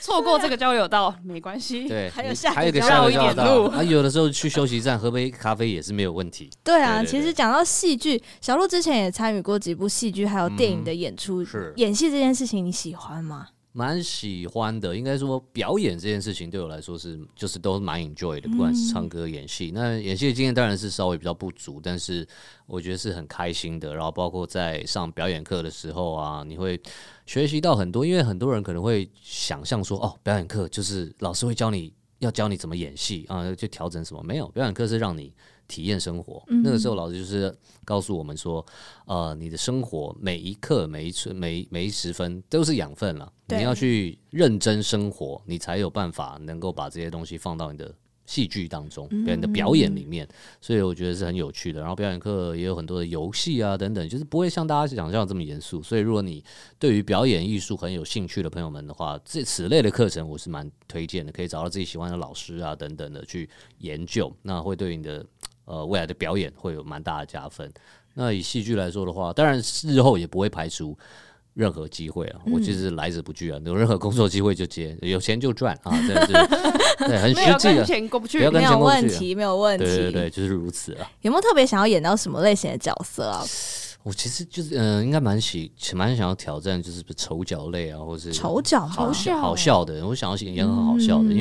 S2: 错过这个交流道没关系，
S4: 对，
S1: 还有
S4: 你
S1: 下
S4: 还有一
S1: 个
S4: 个
S1: 交
S2: 流
S4: 下
S2: 道
S4: 个交流
S2: 一点
S4: 道
S2: 路
S4: 啊，有的时候去休息站喝杯咖啡也是没有问题。
S1: 对啊，
S4: 对对
S1: 其实
S4: 对
S1: 讲到戏剧，小鹿之前也参与过几部戏剧，还有电影的演出。
S4: 嗯是
S1: 演戏这件事情，你喜欢吗？
S4: 蛮喜欢的，应该说表演这件事情对我来说是就是都蛮 enjoy 的，不管是唱歌、演戏。那演戏的经验当然是稍微比较不足，但是我觉得是很开心的。然后包括在上表演课的时候啊，你会学习到很多，因为很多人可能会想象说，哦，表演课就是老师会教你要教你怎么演戏啊，就调整什么。没有，表演课是让你体验生活。那个时候老师就是告诉我们说，呃，你的生活每一刻、每一寸、每一每一十分都是养分了。
S1: 对
S4: 你要去认真生活，你才有办法能够把这些东西放到你的戏剧当中、别人的表演里面。所以我觉得是很有趣的。然后表演课也有很多的游戏啊等等，就是不会像大家想象的这么严肃。所以如果你对于表演艺术很有兴趣的朋友们的话，这此类的课程我是蛮推荐的，可以找到自己喜欢的老师啊等等的去研究，那会对你的呃未来的表演会有蛮大的加分。那以戏剧来说的话，当然日后也不会排除。任何机会啊，
S1: 嗯
S4: 我就是来者不拒啊，有任何工作机会就接，有钱就赚啊，对对对，很实
S2: 没有
S4: 际
S2: 跟
S4: 的，
S2: 钱过不去
S4: 不要。跟
S1: 没
S4: 成
S1: 有
S4: 功
S1: 问
S4: 去啊
S1: 题，没有问题。
S4: 对对对，就是如此啊。
S1: 有没有特别想要演到什么类型的角色啊？
S4: 我其实就是嗯、呃应该蛮喜蛮想要挑战，就是丑角类啊，或是
S1: 丑角
S4: 好
S1: 吗？
S4: 笑哦好笑的。我想要演很好笑的，因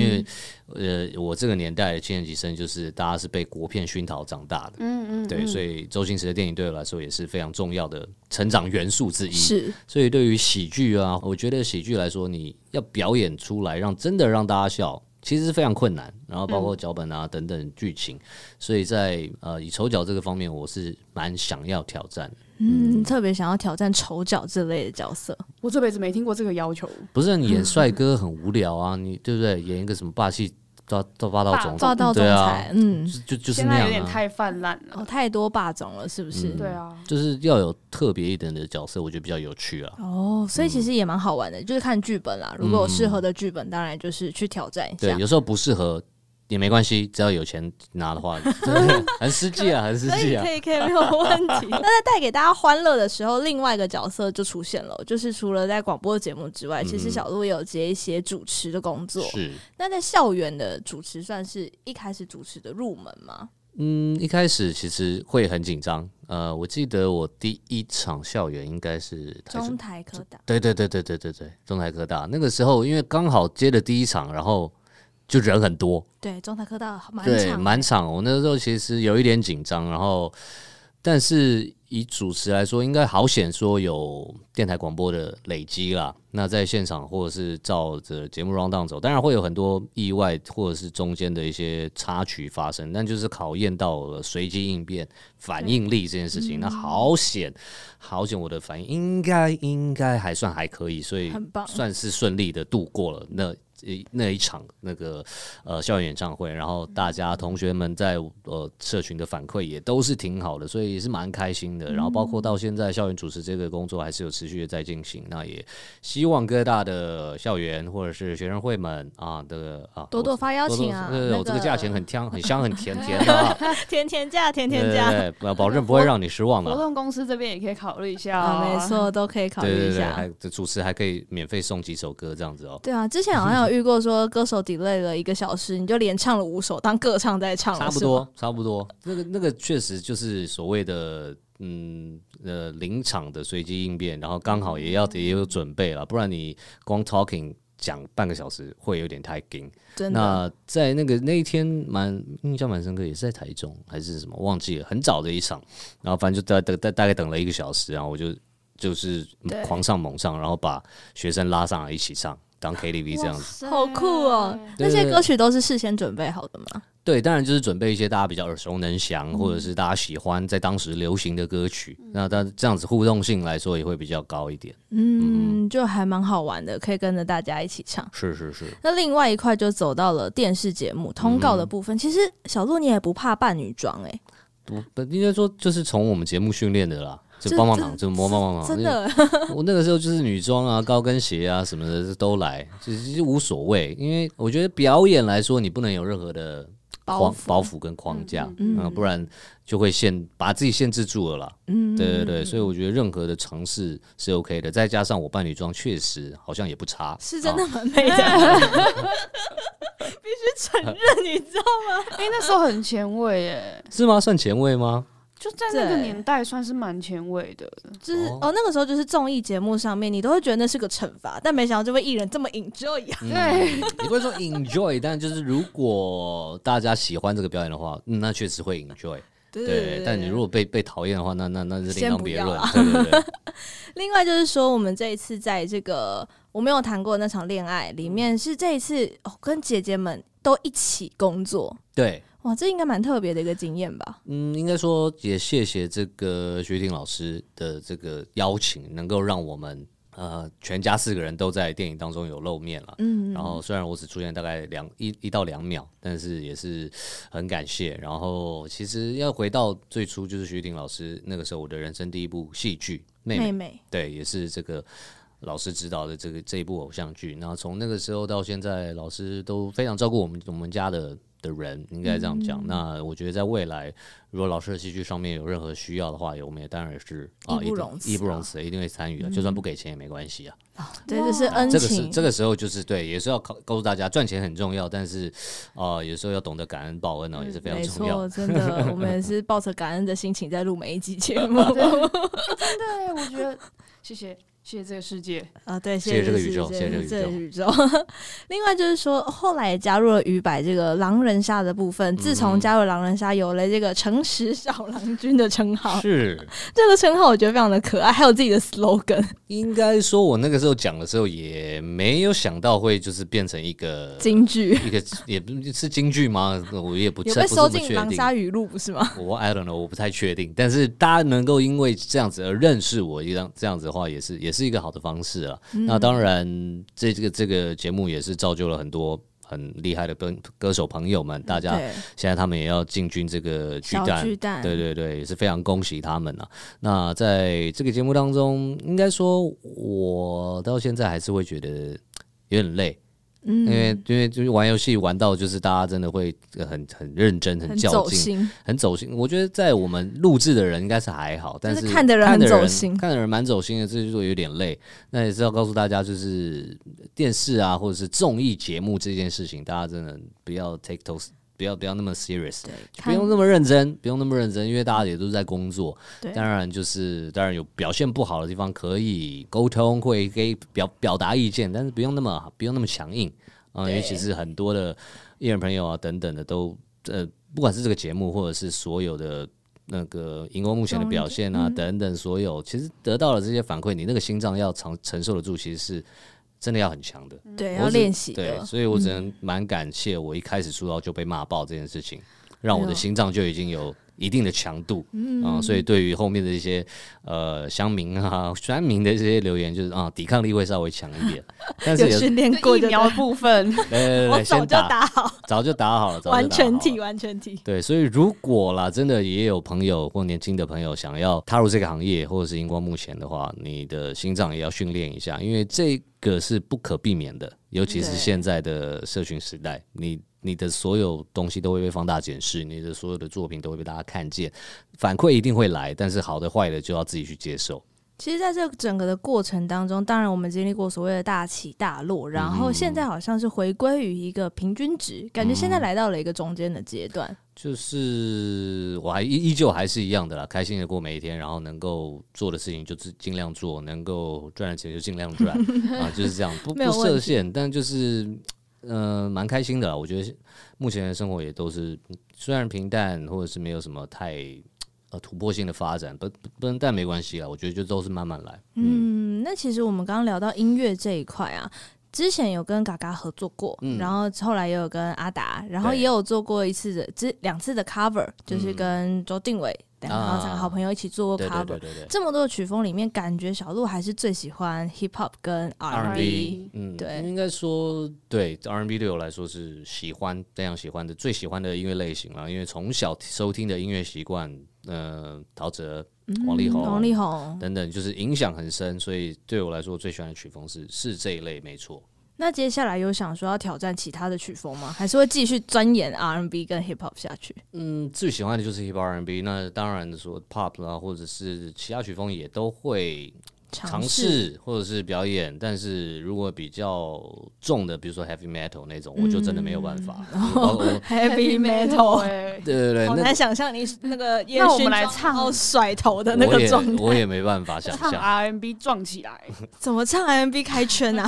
S4: 为呃，我这个年代的七年级生就是大家是被国片熏陶长大的，嗯嗯，对，所以周星驰的电影对我来说也是非常重要的成长元素之一。
S1: 是
S4: 所以对于喜剧啊，我觉得喜剧来说，你要表演出来让真的让大家笑，其实是非常困难。然后包括脚本啊、等等剧情，所以在呃以丑角这个方面，我是蛮想要挑战的。
S1: 嗯，特别想要挑战丑角这类的角色。
S4: 嗯
S2: 我这辈子没听过这个要求，
S4: 不是你演帅哥很无聊啊，你对不对？演一个什么霸气抓抓霸道总
S2: 霸
S1: 抓到总
S4: 对
S1: 裁
S4: 啊，，
S1: 嗯，
S4: 就就就是
S2: 现
S4: 那
S2: 在
S4: 样
S2: 有点
S4: 啊。
S2: 太泛滥了。
S1: 哦，太多霸总了，是不是？
S4: 嗯
S2: 对啊，
S4: 就是要有特别一点的角色，我觉得比较有趣啊。
S1: 哦，所以其实也蛮好玩的，就是看剧本啦。如果有适合的剧本，当然就是去挑战一
S4: 对，
S1: 下。
S4: 有时候不适合也没关系，只要有钱拿的话， 很实际啊，很实
S2: 可
S4: 际
S2: 以
S4: 啊
S2: 可。以可以，没有问 题。
S1: 那在带给大家欢乐的时候，另外一个角色就出现了，就是除了在广播节目之外，其实
S4: 嗯
S1: 小鹿也有接一些主持的工作。
S4: 是，
S1: 那在校园的主持算是一开始主持的入门吗？
S4: 嗯，一开始其实会很紧张。呃，我记得我第一场校园应该是台中
S1: 中台科大
S4: 对对对对对对对，中台科大那个时候，因为刚好接了第一场，然后就人很多，
S1: 对中台科大满
S4: 对，
S1: 场
S4: 满场。我那时候其实有一点紧张，然后但是以主持来说，应该好险说有电台广播的累积啦。那在现场或者是照着节目 round down 走，当然会有很多意外或者是中间的一些插曲发生，但就是考验到了随机应变、反应力这件事情。那
S1: 嗯
S4: 好险，好险，我的反应应该应该还算还可以，所以
S1: 很棒
S4: 算是顺利的度过了那一那一场那个呃校园演唱会，然后大家同学们在呃社群的反馈也都是挺好的，所以也是蛮开心的。然后
S1: 嗯
S4: 包括到现在校园主持这个工作还是有持续的在进行，那也希望各大的呃校园或者是学生会们啊的啊
S1: 多多发邀请啊，
S4: 对对对，
S1: 那
S4: 我这个价钱很香很香很甜甜的啊，
S1: 甜甜价， 甜甜
S4: 对
S1: 价。
S4: 对对，保证不会让你失望的
S2: 活
S4: 啊。
S2: 动公司这边也可以考虑一下
S1: 啊，
S2: 哦，
S1: 没错，都可以考
S4: 对
S1: 虑
S4: 对
S1: 一
S4: 对，
S1: 下。
S4: 还主持还可以免费送几首歌这样子哦。
S1: 对啊，之前好像有遇过说歌手 delay 了一个小时，你就连唱了五首当歌唱在唱了，
S4: 差不
S1: 是吗
S4: 多，差不多。哦那个那个确实就是所谓的嗯呃临场的随机应变，然后刚好也要也有准备了，不然你光 talking 讲半个小时会有点太紧。
S1: 真的。
S4: 那在那个那一天蛮印象蛮深刻，也是在台中还是什么忘记了，很早的一场，然后反正就大大大大概等了一个小时，然后我就就是
S1: 对
S4: 狂上猛上，然后把学生拉上来一起唱当 KTV 这样子。
S2: 子
S1: 好酷哦！那些歌曲都是事先准备好的吗？
S4: 对，当然就是准备一些大家比较耳熟能详，或
S1: 嗯
S4: 者是大家喜欢在当时流行的歌曲。那但这样子互动性来说也会比较高一点。
S1: 嗯，就还蛮好玩的，可以跟着大家一起唱。
S4: 是是是，
S1: 那另外一块就走到了电视节目通告的部
S4: 嗯
S1: 分。其实小鹿你也不怕扮女装哎、
S4: 不不应该说就是从我们节目训练的啦，就
S1: 这
S4: 帮帮忙，就摸帮帮忙。
S1: 真
S4: 因为
S1: 的
S4: 我那个时候就是女装啊、高跟鞋啊什么的都来，其实无所谓，因为我觉得表演来说，你不能有任何的
S1: 包
S4: 框
S1: 袱
S4: 包袱跟框架，
S1: 嗯
S4: 嗯不然就会限把自己限制住了啦。
S1: 嗯，
S4: 对对对，所以我觉得任何的尝试是 OK 的，再加上我扮女装确实好像也不差，
S1: 是真的
S4: 啊
S1: 蛮美 的，必须承认，你知道
S2: 哎、那时候很前卫耶，
S4: 是吗？算前卫吗？
S2: 就在那个
S1: 对
S2: 年代算是蛮前卫的。
S1: 就是哦
S4: 哦
S1: 那个时候就是综艺节目上面，你都会觉得那是个惩罚，但没想到这位艺人这么 enjoy
S4: 嗯
S1: 啊。
S2: 对，
S4: 你不会说 enjoy，但就是如果大家喜欢这个表演的话，嗯、那确实会 enjoy。
S1: 对
S4: 对，但你如果被被讨厌的话，那那那是另
S1: 先
S4: 当
S1: 不
S4: 别
S1: 要
S4: 论
S1: 啊。
S4: 对对对，
S1: 另外就是说，我们这一次在这个我没有谈过那场恋爱里面，是这一次、哦、跟姐姐们都一起工作，
S4: 对，
S1: 哇，这应该蛮特别的一个经验吧？
S4: 嗯，应该说也谢谢这个薛定老师的这个邀请，能够让我们呃全家四个人都在电影当中有露面了。
S1: 嗯，
S4: 然后虽然我只出现大概两一一到两秒，但是也是很感谢。然后其实要回到最初，就是徐婷老师那个时候我的人生第一部戏剧《妹妹》
S1: 妹妹
S4: 对，也是这个老师指导的这个这一部偶像剧。然后从那个时候到现在，老师都非常照顾我们我们家的的人，应该这样
S1: 嗯
S4: 讲。那我觉得在未来，如果老师的戏剧上面有任何需要的话，我们也当然是啊，
S1: 义不
S4: 一定
S1: 容辞
S4: 义不
S1: 啊
S4: 容辞，一定会参与的，就算不给钱也没关系啊。
S1: 对，这是恩
S4: 这个是
S1: 情，
S4: 这个时候就是对，也是要告告诉大家，赚钱很重要，但是啊、呃有时候要懂得感恩报恩哦，也是非
S1: 嗯
S4: 常
S1: 没
S4: 重要
S1: 错，。真的，我们也是抱着感恩的心情在录每一集节目
S2: 对，我觉得谢谢谢谢这个世界，
S1: 啊。对，
S4: 谢谢这个宇宙
S1: 谢
S4: 谢谢
S1: 这
S4: 这
S1: 个
S4: 个
S1: 宇宙。 另外就是说，后来也加入了鱼百这个狼人杀的部分。自
S4: 嗯
S1: 从加入狼人杀，有了这个诚实小郎君的称号，
S4: 是，
S1: 这个称号我觉得非常的可爱，还有自己的 slogan。
S4: 应该说，我那个时候讲的时候，也没有想到会就是变成一个
S1: 京剧
S4: 一个也不是京剧吗？我也不
S1: 有
S4: 太
S1: 被
S4: 不是
S1: 收
S4: 那么
S1: 进
S4: 确
S1: 狼
S4: 定。
S1: 杀语录，不是吗？
S4: 我 I don't know，我不太确定。但是大家能够因为这样子而认识我，一样这样子的话，也
S1: 嗯
S4: 是也是一个好的方式啊。那当然，这这个这个节目也是造就了很多很厉害的歌歌手朋友们，大家
S1: 对
S4: 现在他们也要进军这个巨
S1: 小
S4: 蛋，
S1: 巨蛋，
S4: 对对对，也是非常恭喜他们啊。那在这个节目当中，应该说我到现在还是会觉得有点累，
S1: 嗯，
S4: 因为因为就是玩游戏玩到就是大家真的会呃很很认真、很
S1: 很
S4: 较
S1: 走
S4: 劲、
S1: 心，
S4: 很走心。我觉得在我们录制的人应该是还好，但
S1: 就是
S4: 是
S1: 看的人
S4: 看的
S1: 很走
S4: 人
S1: 心
S4: 看的人蛮走心的，这就是有点累。那也是要告诉大家，就是电视啊或者是综艺节目这件事情，大家真的不要 take to。不要不要那么 serious，
S1: 对，
S4: 不
S1: 看
S4: 用那么认真，不用那么认真，因为大家也都是在工作。
S1: 对
S4: 当然就是当然有表现不好的地方可以沟通，会可以表表达意见，但是不用那么不用那么强硬啊、
S1: 对
S4: 尤其是很多的艺人朋友啊等等的都呃，不管是这个节目或者是所有的。那个荧光幕前的
S1: 综艺
S4: 表
S1: 节
S4: 现啊，等等，所有其实得到了这些反馈，你那个心脏要承承受得住，其实是真的要很强的。
S1: 对
S4: 我
S1: 要
S4: 只
S1: 练习嗯
S4: 对，
S1: 的，
S4: 所以我只能蛮感谢我一开始出道就被骂爆这件事情，让
S1: 哎
S4: 我的心脏就已经有一定的强度。嗯、所以对于后面的一些呃乡民啊、酸民的这些留言，就是啊、抵抗力会稍微强 一点，但是
S1: 有
S4: 也
S1: 训练过
S2: 疫
S1: 就对
S2: 苗部分，
S4: 对对对
S1: 我
S4: 对，
S1: 早
S4: 先
S1: 就
S4: 打，
S1: 打好，
S4: 早就打好了，早就打好了
S1: 完全体，完全体，
S4: 对，所以如果啦，真的也有朋友或年轻的朋友想要踏入这个行业，或者是荧光幕前的话，你的心脏也要训练一下，因为这个是不可避免的，尤其是
S1: 对
S4: 现在的社群时代，你你的所有东西都会被放大检视，你的所有的作品都会被大家看见，反馈一定会来，但是好的坏的就要自己去接受。
S1: 其实，在这整个的过程当中，当然我们经历过所谓的大起大落，然
S4: 嗯
S1: 后现在好像是回归于一个平均值，感觉现
S4: 嗯
S1: 在来到了一个中间的阶段。
S4: 就是我还依依旧还是一样的啦，开心的过每一天，然后能够做的事情就尽尽量做，能够赚的钱就尽量 赚啊，就是这样，不
S1: 没有
S4: 不
S1: 问题
S4: 设限，但就是呃蛮开心的啦。我觉得目前的生活也都是虽然平淡，或者是没有什么太呃突破性的发展，不不不但没关系啦，我觉得就都是慢慢来。嗯，
S1: 嗯，那其实我们刚刚聊到音乐这一块啊。之前有跟嘎嘎合作过，
S4: 嗯
S1: 然后后来也有跟阿达，然后
S4: 对嗯
S1: 也有做过一次的这两次的 cover，就是跟周定伟，然后三个好朋友一起做过
S4: 啊对
S1: cover、
S4: 对对对对
S1: 这么多的曲风里面，感觉小鹿还是最喜欢 hip hop 跟 R&B。
S4: R&B，嗯，
S1: 对
S4: 应该说对 R&B 对我来说是喜欢非常喜欢的最喜欢的音乐类型了，因为从小收听的音乐习惯，呃，陶喆、王力宏、
S1: 王嗯力宏，
S4: 等等，就是影响很深，所以对我来说最喜欢的曲风是是这一类，没错。
S1: 那接下来有想说要挑战其他的曲风吗？还是会继续钻研 R&B 跟 Hip Hop 下去？
S4: 嗯，最喜欢的就是 hip hop R&B，那当然说 pop 啦，或者是其他曲风也都会尝试或者是表演，但是如果比较重的，比如说 heavy metal 那种，我就真的没有办法。我我
S1: Heavy Metal，
S2: 哎
S4: 对对对，
S1: 好
S4: 那
S1: 难想象你那个烟
S2: 那我
S1: 熏
S2: 们来
S1: 妆然
S2: 唱
S1: 后甩头的那个状
S4: 我也我
S1: 态，啊
S4: 也没办法想
S2: 唱
S4: 象，
S2: R&B 撞起来，
S1: 怎么唱 R&B 开圈 啊？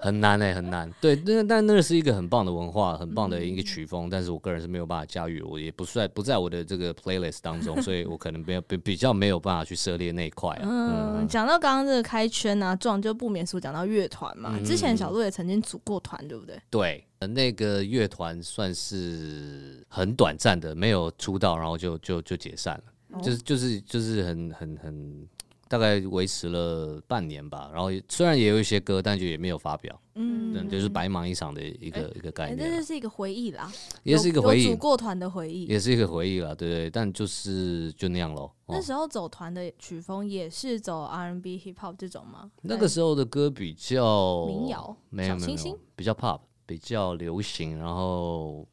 S4: 很难哎、很难。对，那但那是一个很棒的文化，很棒的
S1: 嗯
S4: 一个曲风，但是我个人是没有办法驾驭，我也不在不在我的这个 playlist 当中，所以我可能没有比比较没有办法去涉猎那一块、啊。嗯，
S1: 嗯，讲到刚刚这个开圈啊撞，就不免俗讲到乐团嘛。
S4: 嗯
S1: 之前小鹿也曾经组过团，对不对？
S4: 对，呃那个乐团算是很短暂的，没有出道，然后就就就解散
S1: 哦
S4: 了，就是就是就是很很很。大概维持了半年吧，然后也虽然也有一些歌，但就也没有发表，嗯，
S1: 嗯，
S4: 就是白忙一场的一个、一个概
S1: 哎，
S4: 念
S1: 这
S4: 啊。
S1: 就是一个回忆啦，
S4: 也是一个回
S1: 有有
S4: 忆
S1: 组，过团的回忆。
S4: 也是一个回忆了，对对，但就是就那样咯。哦
S1: 那时候走团的曲风也是走 R&B、Hip Hop 这种吗？
S4: 那个时候的歌比较
S1: 民谣
S4: 没有
S1: 小
S4: 没有
S1: 清
S4: 没
S1: 新
S4: 有，比较 pop，比较流行，然后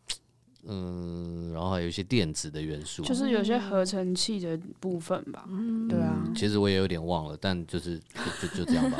S4: 嗯，然后还有一些电子的元素。
S2: 就是有些合成器的部分吧。对啊，
S4: 其实我也有点忘了，但就是就就就这 样吧。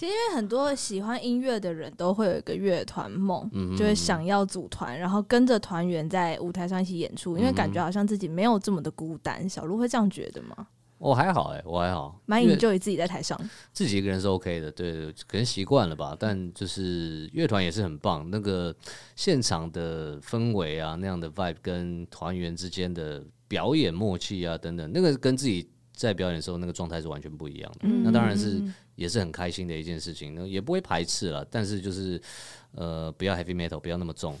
S1: 因为很多喜欢音乐的人都会有一个乐团梦，
S4: 嗯，
S1: 就会想要组团，然后跟着团员在舞台上一起演出，
S4: 嗯
S1: 因为感觉好像自己没有这么的孤单。小鹿会这样觉得吗？
S4: 我还好哎、我还好，
S1: 蛮
S4: 因为
S1: enjoy 自己在台上，
S4: 自己一个人是 OK 的，对，对可能习惯了
S1: 嗯
S4: 吧。但就是乐团也是很棒，那个现场的氛围啊，那样的 vibe 跟团员之间的表演默契啊等等，那个跟自己在表演的时候那个状态是完全不一
S1: 嗯
S4: 样的。那当然是也是很开心的一件事情，那也不会排斥了。但是就是呃，不要 heavy metal，不要那么 重，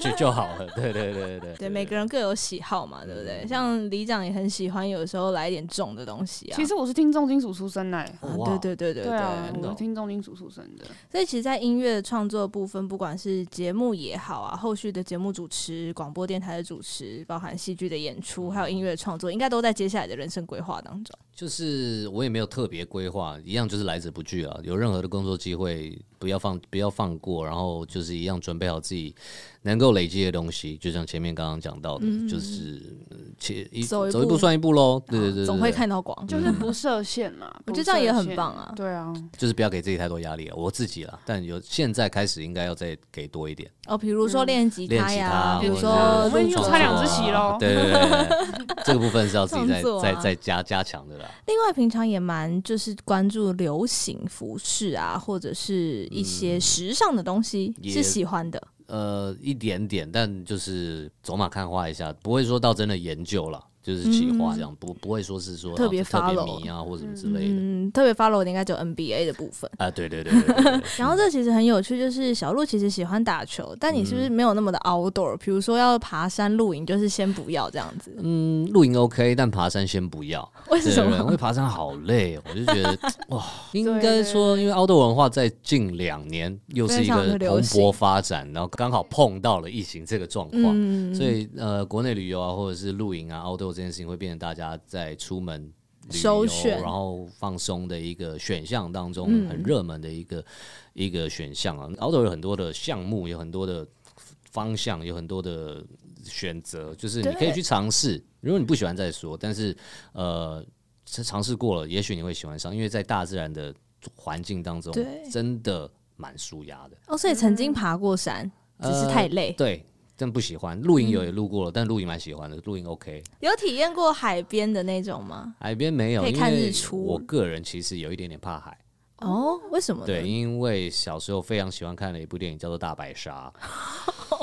S4: 就就就好了。对对对对嗯
S1: 对，每个人各有喜好嘛，对不对？像李长也很喜欢，有时候来一点重的东西啊。
S2: 其实我是听重金属出身嘞、
S4: 哦
S1: 啊，
S4: 哇
S1: 对对对对嗯
S2: 对啊，
S4: 真的
S2: 我
S4: 哦
S2: 是听重金属出身的。
S1: 所以其实，在音乐创作部分，不管是节目也好啊，后续的节目主持、广播电台的主持，包含戏剧的演
S4: 嗯
S1: 出，还有音乐创作，应该都在接下来的人生规划当中。
S4: 就是我也没有特别规划，一样就是来者不拒啊。有任何的工作机会，不要放不要放过，然后就是一样准备好自己能够累积的东西。就像前面刚刚讲到的，就是呃且一
S1: 嗯走一
S4: 走一步
S1: 步
S4: 算一步喽。对对对
S1: 总
S4: 对
S1: 会
S4: 对嗯
S1: 看到光。
S2: 就是不设限嘛，
S1: 我
S2: 不
S1: 觉得这样也
S2: 设
S1: 很
S2: 限
S1: 棒啊
S2: 对啊，
S4: 就是不要给自己太多压力啊了。我自己啦，但有现在开始应该要再给多一点，
S1: 哦，比如说练吉
S4: 练
S1: 他
S4: 吉
S1: 呀，
S4: 他，
S1: 比如
S4: 或者
S1: 说
S4: 是
S2: 我们已经
S1: 录
S2: 有
S4: 创
S1: 作
S2: 差两
S4: 作
S2: 只棋
S4: 啊
S2: 咯
S4: 对对对对对，这个部分是要自己再
S1: 创作啊
S4: 再再加加强的啦。
S1: 另外，平常也蛮就是关注流行服饰啊，或者是一些时尚的东西，
S4: 嗯也
S1: 是喜欢的。
S4: 呃，一点点，但就是走马看花一下，不会说到真的研究了，就是企划这样，不不会说是说
S1: 嗯特别
S4: 啊特别
S1: follow
S4: 迷啊或什么之类的、
S1: 嗯，特别 follow 的应该只有 NBA 的部分。
S4: 啊，对对对对对对
S1: 然后这其实很有趣，就是小鹿其实喜欢打球，但你是
S4: 嗯
S1: 不是没有那么的 outdoor？、比如说要爬山露营，就是先不要这样子。
S4: 嗯，露营 OK，但爬山先 不要，
S1: 为
S4: 对
S1: 什
S4: 对对，因
S1: 么？
S4: 为爬山好累，我就觉 得哇，应该说，因为凹豆文化在近两年又是一
S1: 非常
S4: 个
S1: 地流
S4: 蓬
S1: 行
S4: 勃发展，然后刚好碰到了疫情这个状况，
S1: 嗯，
S4: 所以呃，国内旅游啊，或者是露营啊、outdoor 这件事情，会变成大家在出门旅
S1: 首
S4: 游，
S1: 选
S4: 然后放松的一个选项当中，
S1: 嗯
S4: 很热门的一个一个选项啊。outdoor 有很多的项目，有很多的方向，有很多的选择，就是你可以
S1: 对
S4: 去尝试。如果你不喜欢再说，但是呃，是尝试过了，也许你会喜欢上，因为在大自然的环境当中
S1: 对，
S4: 真的蛮舒压的。
S1: 哦，所以曾经爬过山，只是
S4: 呃
S1: 太累。
S4: 对，但不喜欢。露营
S1: 嗯
S4: 有也露过了，但露营蛮喜欢的，露营 OK。
S1: 有体验过海边的那种吗？
S4: 海边没有，
S1: 可以
S4: 因
S1: 看
S4: 为
S1: 日出
S4: 我个人其实有一点点怕海，
S1: 哦，为什么呢？
S4: 对，因为小时候非常喜欢看的一部电影叫做《大白鲨》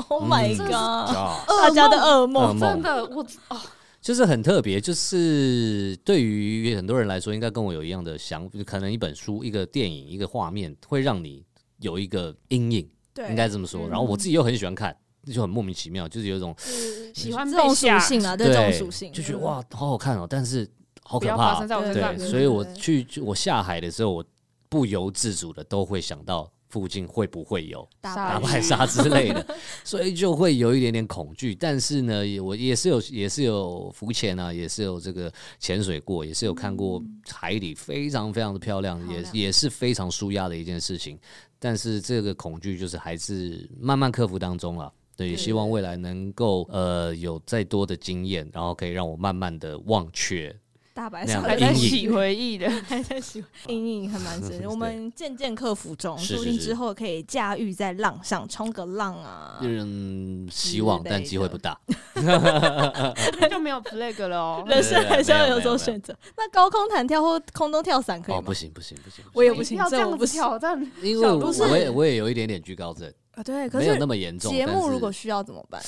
S1: ，Oh my
S4: 嗯
S1: god！、
S4: 啊，
S1: 大家的噩梦。
S2: 真
S4: 噩梦
S2: 的，我哦，
S4: 就是很特别，就是对于很多人来说，应该跟我有一样的想，可能一本书、一个电影、一个画面会让你有一个阴影，
S1: 对，
S4: 应该这么
S1: 嗯
S4: 说。然后我自己又很喜欢看，就很莫名其妙，就是有一种
S2: 喜欢
S1: 这
S2: 被
S1: 种
S2: 吓
S1: 属，性啊，对这种属性，
S4: 就觉得哇，好好看哦，但是好
S2: 不
S4: 可
S2: 要
S4: 怕
S2: 发
S4: 哦、
S2: 生在我身上
S4: 对，
S1: 对，
S4: 所以我去去我下海的时候，我不由自主的都会想到附近会不会有
S1: 大
S2: 杀
S4: 大
S1: 白
S2: 人
S4: 白鲨之类的， 所以就会有一点点恐惧。但是呢，也我也是有也是有浮潜啊，也是有这个潜水过，也是有看过海底非常非常的漂亮，
S1: 漂亮
S4: 也也是非常舒压的一件事情。但是这个恐惧就是还是慢慢克服当中啊。对，也希望未来能够呃有再多的经验，然后可以让我慢慢的忘却
S1: 大白
S4: 那
S1: 鲨
S4: 样
S2: 还
S4: 的
S1: 还
S2: 在
S1: 在
S4: 阴影
S2: 洗回忆的，
S1: 还在喜欢 阴影还蛮 深，我们渐渐克服中，
S4: 是
S1: 说不定
S4: 是是
S1: 之后可以驾驭在浪上，冲个浪啊。
S4: 嗯，希
S1: 之
S4: 望，
S1: 类
S4: 但机会
S1: 的
S4: 不大。
S2: 那 就没有 flag 了 哦。
S1: 人生还是要
S4: 没有
S1: 有所
S4: 没有
S1: 选择。那高空弹跳或空中跳伞可以
S4: 哦，
S1: 吗？
S4: 不行不行不行，
S1: 我也不行
S2: 要这
S1: 这我
S2: 样
S1: 不
S2: 子
S1: 行
S2: 挑战，
S4: 因为
S2: 小
S4: 我
S1: 鹿
S4: 我
S1: 是
S4: 也我也有一点点惧高症，
S1: 啊，对，可
S4: 没有
S1: 是
S4: 那么严重。
S1: 节
S4: 但
S1: 目
S4: 是
S1: 如果需要怎么办？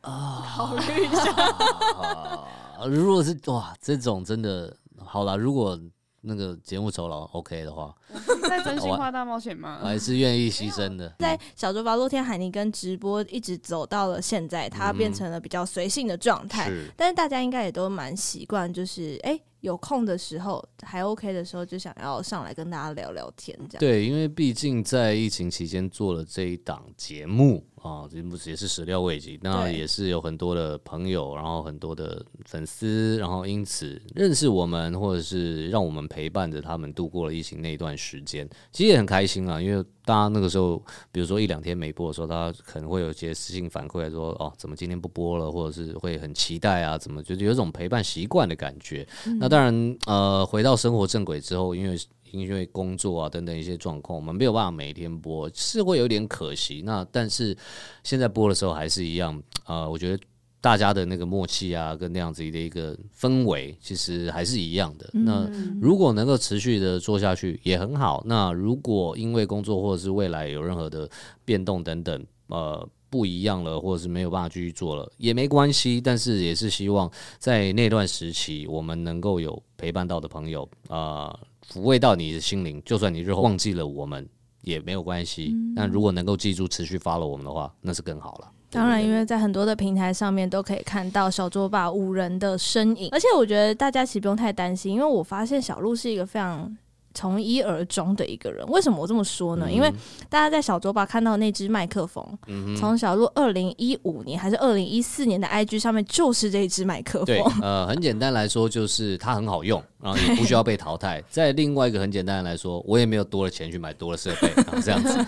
S4: 啊， 啊如果是哇，这种真的好啦，如果那个节目酬劳 OK 的话，
S2: 在真心话大冒险吗
S4: 我？还是愿意牺牲的。
S1: 在小猪八洛天海尼跟直播一直走到了现在，它变
S4: 嗯
S1: 成了比较随性的状态。
S4: 是
S1: 但是大家应该也都蛮习惯，就是哎、诶有空的时候还 OK 的时候，就想要上来跟大家聊聊天这样。
S4: 对，因为毕竟在疫情期间做了这一档节目啊，节目也是始料未及，那
S1: 对
S4: 也是有很多的朋友，然后很多的粉丝，然后因此认识我们，或者是让我们陪伴着他们度过了疫情那一段时间，其实也很开心啊，因为大家那个时候，比如说一两天没播的时候，大家可能会有一些私信反馈说，哦，怎么今天不播了，或者是会很期待啊，怎么就是有一种陪伴习惯的感觉。
S1: 嗯
S4: 那当然，呃，回到生活正轨之后，因为因为工作啊等等一些状况，我们没有办法每天播，是会有点可惜。那但是现在播的时候还是一样，呃，我觉得大家的那个默契啊，跟那样子的一个氛围，其实还是一样的。那
S1: 嗯
S4: 如果能够持续的做下去，也很好。那如果因为工作或者是未来有任何的变动等等，呃。不一样了，或者是没有办法继续做了，也没关系。但是也是希望在那段时期，我们能够有陪伴到的朋友，啊。抚慰到你的心灵。就算你日后忘记了我们，也没有关系。那如果能够记住持续 follow 我们的话，那是更好了。对
S1: 当
S4: 不
S1: 然，
S4: 对
S1: 因为在很多的平台上面都可以看到小桌吧五人的身影，而且我觉得大家其实不用太担心，因为我发现小鹿是一个非常。从一而终的一个人，为什么我这么说呢？因为大家在小桌吧看到那只麦克风，从小鹿二零一五年还是二零一四年的 IG 上面就是这一只麦 克
S4: 对
S1: 风，，
S4: 呃，很简单来说，就是它很好用，然后也不需要被淘汰。再另外一个很简单的来说，我也没有多了钱去买多了设备，然后这样子。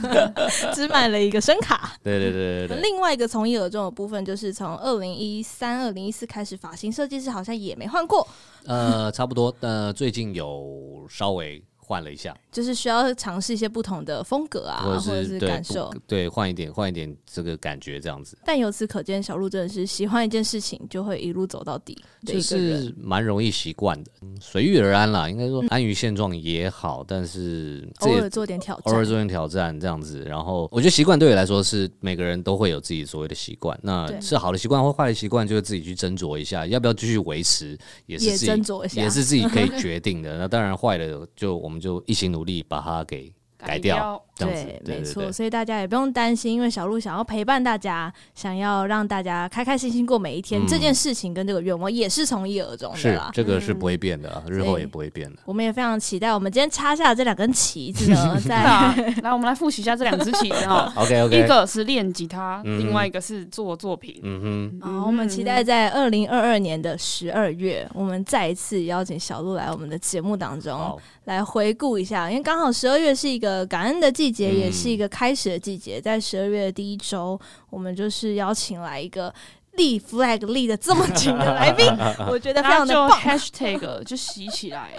S1: 只买了一个声卡。
S4: 对对对对对。
S1: 另外一个从一而终的部分，就是从二零一三、二零一四开始，发型设计师好像也没换过，
S4: 呃，差不多。呃，最近有稍微换了一下，
S1: 就是需要尝试一些不同的风格啊，
S4: 或
S1: 或
S4: 者
S1: 者
S4: 是
S1: 是
S4: 对
S1: 感
S4: 不
S1: 受。
S4: 对，换一点，换一点这个感觉，这样子，
S1: 但由此可见，小鹿真的是喜欢一件事情就会一路走到底的
S4: 就
S1: 一个人。
S4: 是蛮容易习惯的，嗯随遇而安啦。应该说安于现状也好，但是这
S1: 偶
S4: 也
S1: 尔做点挑
S4: 偶尔
S1: 战，
S4: 做点挑战这样子，然后我觉得习惯对我来说是每个人都会有自己所谓的习惯，那
S1: 对
S4: 是好的习惯或坏的习惯，就是自己去斟酌一下，要不要继续维持，也是
S1: 也
S4: 自
S1: 斟
S4: 己
S1: 酌一下，
S4: 也是自己可以决定的。 那当然坏的就我们就一心努力把它给改掉， 这样子
S1: 对，，
S4: 对
S1: 没
S4: 对
S1: 错。
S4: 对。
S1: 所以大家也不用担心，因为小鹿想要陪伴大家，想要让大家开开心心过每一天，
S4: 嗯
S1: 这件事情跟这个愿望也是从一而终的
S4: 是
S1: 啦。
S4: 这个是不会变的啊，日后
S1: 对
S4: 也不会变的。
S1: 我们也非常期待，我们今天插下的这两根旗子 呢，在
S2: 啊，来，我们来复习一下这两支旗子
S1: 嗯
S2: 哦。
S4: OK
S2: 一
S4: OK，
S2: 个是练吉他，
S4: 嗯
S2: 另外一个是做作品。
S4: 嗯
S1: 然后我们期待在二零二二年的十二月，我们再一次邀请小鹿来我们的节目当
S4: 哼，
S1: 中
S4: 好，
S1: 来回顾一下，因为刚好十二月是一个感恩的季节，
S4: 嗯
S1: 也是一个开始的季节。在十二月的第一周，我们就是邀请来一个立 flag 立的这么紧的来 宾，我觉得非
S2: 大家
S1: 常
S2: 就
S1: 的棒。
S2: hashtag 就洗起来，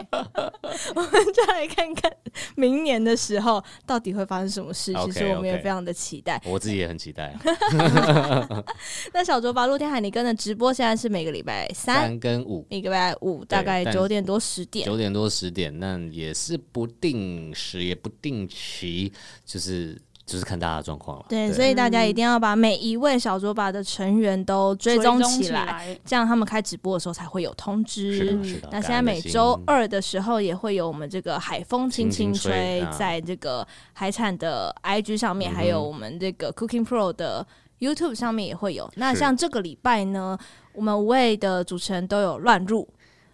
S1: 我们就来看看明年的时候到底会发生什么事。其实
S4: OK，OK
S1: 我们也非常的期待。
S4: 我自己也很 期待。
S1: 那小卓吧，露天海尼根的直播现在是每个礼拜三，
S4: 三跟五，
S1: 每个礼拜五大概
S4: 但
S1: 九点多十点。
S4: 九点多十点，那也是不定时，也不定期，就是就是看大家的状况了。
S1: 对，所以大家一定要把每一位小卓吧的成员都 嗯追踪起来，
S2: 来。
S1: 这样他们开直播的时候才会有通
S4: 是
S1: 知
S4: 的，。是的。
S1: 嗯那现
S4: 感
S1: 在
S4: 恩的
S1: 每
S4: 心
S1: 周二的时候也会有我们这个海风轻轻
S4: 轻轻吹
S1: 吹
S4: 啊，
S1: 在这个海产的 IG 上面，
S4: 嗯哼
S1: 还有我们这个 Cooking Pro 的 YouTube 上面也会有。那
S4: 是
S1: 像这个礼拜呢，我们五位的主持人都有乱入，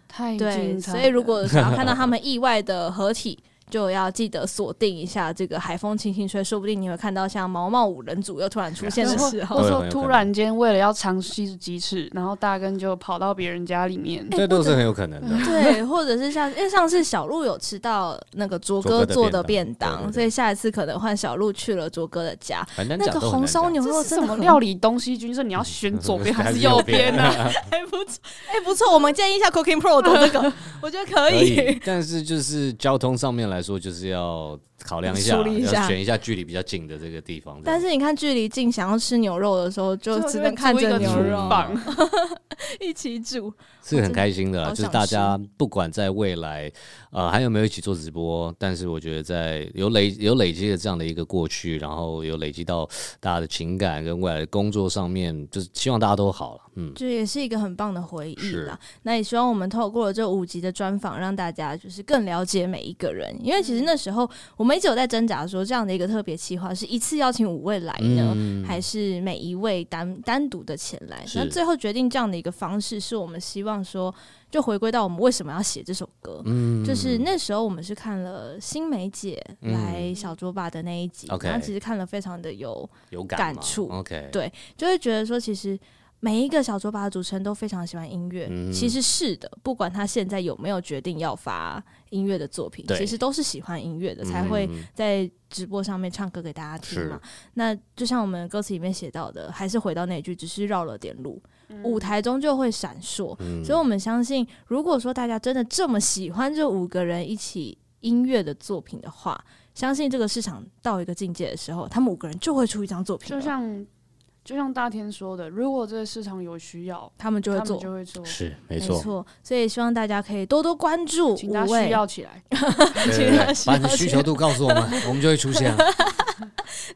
S2: 太
S1: 对，
S2: 精彩了！
S1: 所以如 果想要看到他们意外的合体，就要记得锁定一下这个海风轻轻吹，说不定你会看到像毛毛五人组又突然出现的时候。
S2: 或
S4: 对
S2: 者
S4: 很
S2: 说
S4: 有可能
S2: 突然间为了要尝试鸡翅，然后大根就跑到别人家里面，
S1: 哎
S4: 这都是很有可能的。
S1: 对，或者是像因为上次小鹿有吃到那个卓哥做的便
S4: 卓哥的便当对对
S1: 当，
S4: 对
S1: 所以下一次可能换小鹿去了卓哥的家。
S4: 很难
S1: 那
S4: 讲
S1: 个
S4: 都很
S1: 红
S4: 难
S1: 烧
S4: 讲
S1: 牛肉
S2: 这是
S1: 真的
S2: 什 么
S1: 很
S2: 料理东西？就是你要选左边还
S4: 还
S2: 是
S4: 是
S2: 右
S4: 右
S2: 边
S4: 边
S2: 呢、啊？
S1: 还不错，哎、不错，我们建议一下 Cooking Pro 的 这个，我觉得可
S4: 可
S1: 以。
S4: 以，但是就是交通上面来说，就是要考量一下
S1: 梳
S4: 啦，
S1: 理一
S4: 要
S1: 下
S4: 选一下距离比较近的这个地方。这样
S1: 但是你看，距离近想要吃牛肉的时候，就
S2: 所以我
S1: 只
S2: 会
S1: 能看
S2: 租一
S1: 着
S2: 个
S1: 牛
S2: 厨
S1: 肉
S2: 房
S1: 一起煮。
S4: 是很开心的啦，
S1: 好
S4: 就是
S1: 想
S4: 大家不管在未来，呃，还有没有一起做直播，但是我觉得在有累有累积的这样的一个过去，然后有累积到大家的情感跟未来的工作上面，就是希望大家都好了，嗯，
S1: 这也是一个很棒的回忆啦。那也希望我们透过这五集的专访，让大家就是更了解每一个人，因为其实那时候我们一直有在挣扎说，这样的一个特别企划是一次邀请五位来呢。
S4: 嗯
S1: 还是每一位单单独的前来，
S4: 是
S1: 那最后决定这样的一个方式，是我们希望说，就回归到我们为什么要写这首歌，
S4: 嗯
S1: 就是那时候我们是看了新梅姐来小卓爸的那一集，
S4: 嗯 OK
S1: 然后其实看了非常的有
S4: 有感
S1: 感
S4: 嘛
S1: 触
S4: ，OK，
S1: 对就会觉得说，其实每一个小卓吧的主持人都非常喜欢音乐，
S4: 嗯
S1: 其实是的，不管他现在有没有决定要发音乐的作品，
S4: 对
S1: 其实都是喜欢音乐的，
S4: 嗯，
S1: 才会在直播上面唱歌给大家听嘛。那就像我们歌词里面写到的，还是回到那句，只是绕了点路，舞台中就会闪烁。
S4: 嗯
S1: 所以，我们相信，如果说大家真的这么喜欢这五个人一起音乐的作品的话，相信这个市场到一个境界的时候，他们五个人就会出一张作品了。
S2: 就像就像大天说的，如果这个市场有需要，
S1: 他们就
S2: 他
S1: 会
S2: 们
S1: 做，
S2: 就会做，
S4: 是没
S1: 没
S4: 错，
S1: 所以希望大家可以多多关注
S2: 请大
S1: 五
S2: 家
S1: 位
S2: 需。要起来。
S4: 对对对
S1: 请他需
S4: 把
S1: 要
S4: 你的需求度告诉我们，我们就会出 现。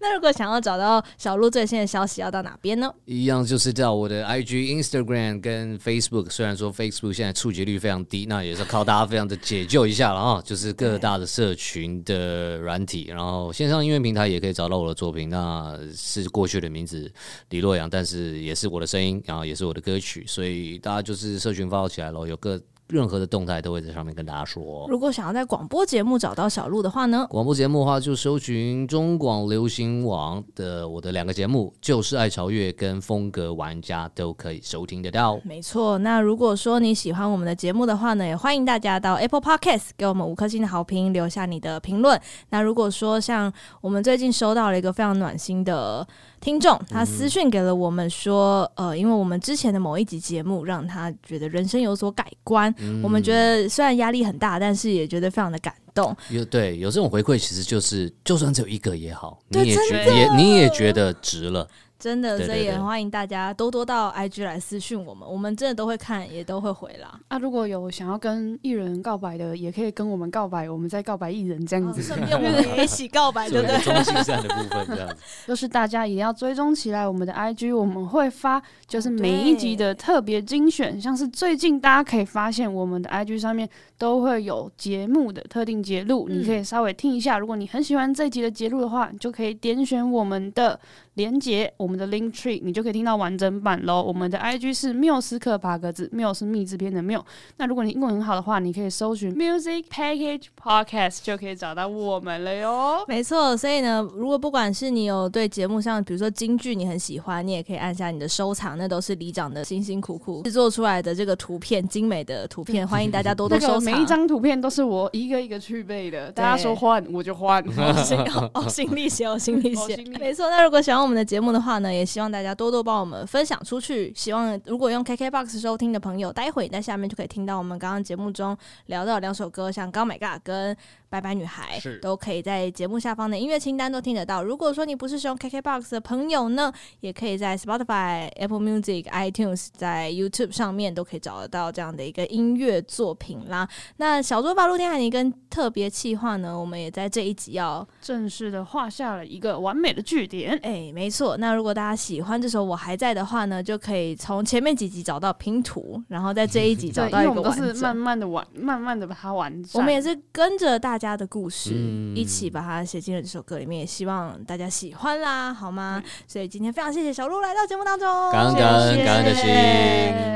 S1: 那如果想要找到小鹿最新的消息，要到哪边呢？
S4: 一样就是到我的 IG、Instagram 跟 Facebook，虽然说 Facebook 现在触及率非常低，那也是靠大家非常的解救一下了啊，就是各大的社群的软体，然后线上音乐平台也可以找到我的作品，那是过去的名字李洛阳，但是也是我的声音，然后也是我的歌曲，所以大家就是社群 follow 起来咯，有各任何的动态都会在上面跟大家说哦。
S1: 如果想要在广播节目找到小鹿的话呢？
S4: 广播节目的话，就搜寻中广流行网的我的两个节目，就是爱潮乐跟风格玩家都可以收听得到。
S1: 没错，那如果说你喜欢我们的节目的话呢，也欢迎大家到 Apple Podcast 给我们五颗星的好评，留下你的评论。那如果说像我们最近收到了一个非常暖心的听众，他
S2: 嗯
S1: 私讯给了我们说，呃，因为我们之前的某一集节目让他觉得人生有所改观，我
S4: 嗯
S1: 们觉得虽然压力很大，但是也觉得非常的感动。
S4: 有对有这种回馈，其实就是就算只有一个也好，你
S1: 对
S4: 也
S1: 真
S4: 觉
S1: 的
S4: 你也你也觉得值了。
S1: 真的，
S4: 对
S1: 所
S4: 对
S1: 以也
S4: 对
S1: 很欢迎大家多多到 IG 来私讯我们，我们真的都会看，也都会回啦。
S2: 啊，如果有想要跟艺人告白的，也可以跟我们告白，我们再告白艺人这样
S1: 哦
S2: 子。
S1: 顺便我们也一起告 白，对不对？
S4: 中性善的部分，这样子。
S2: 就是大家一定要追踪起来我们的 IG，我们会发就是每一集的特别精选，像是最近大家可以发现我们的 IG 上面都会有节目的特定节录，
S1: 嗯
S2: 你可以稍微听一下。如果你很喜欢这集的节录的话，你就可以点选我们的连接，我们的 link tree，你就可以听到完整版喽。我们的 IG 是缪斯克八个字，缪是密字边的缪。那如果你英文很好的话，你可以搜寻 Music Package Podcast 就可以找到我们了哟。
S1: 没错，所以呢，如果不管是你有对节目上，比如说京剧你很喜欢，你也可以按下你的收藏，那都是里长的辛辛苦苦制作出来的这个图片，精美的图片，欢迎大家多多
S2: 嗯那
S1: 收
S2: 个
S1: 藏。
S2: 每一张图片都是我一个一个去背的，大家
S1: 对
S2: 说换我 就 换。
S1: 呕心呕心沥血，呕心沥
S2: 呕
S1: 血
S2: 心沥血，
S1: 没错。那如果喜欢我们的节目的话呢，也希望大家多多帮我们分享出去。希望如果用 KKBOX 收听的朋友，待会你在下面就可以听到我们刚刚节目中聊到的两首歌，像《Go My God》跟《拜拜女孩
S4: 是》，
S1: 都可以在节目下方的音乐清单都听得到。如果说你不是使用 KKBOX 的朋友呢，也可以在 Spotify、Apple Music、iTunes、在 YouTube 上面都可以找得到这样的一个音乐作品啦。那小桌八路天海尼跟特别企划呢，我们也在这一集要
S2: 正式的画下了一个完美的句点。
S1: 哎，没错。那如果大家喜欢这首《我还在》的话呢，就可以从前面几集找到拼图，然后在这一 集找
S2: 对，因
S1: 到一
S2: 为
S1: 个
S2: 我们都
S1: 完
S2: 是
S1: 整。
S2: 慢慢的完，慢慢的把它完善。
S1: 我们也是跟着大家的故事、
S4: 嗯
S1: 一起把它写进了这首歌里面，也希望大家喜欢啦，好吗？所以今天非常谢谢小鹿来到节目当中，
S4: 感恩
S1: 谢谢
S4: 感恩感恩的心。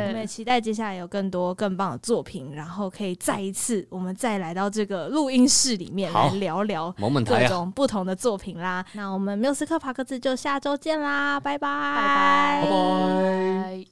S1: 我们也期待接下来有更多更棒的作品，然后可以再一次我们再来到这个录音室里面来
S4: 好
S1: 聊聊
S4: 萌萌台
S1: 各
S4: 啊，
S1: 种不同的作品啦。那我们缪斯克帕克兹就下周见啦，拜拜，拜
S2: 拜。拜。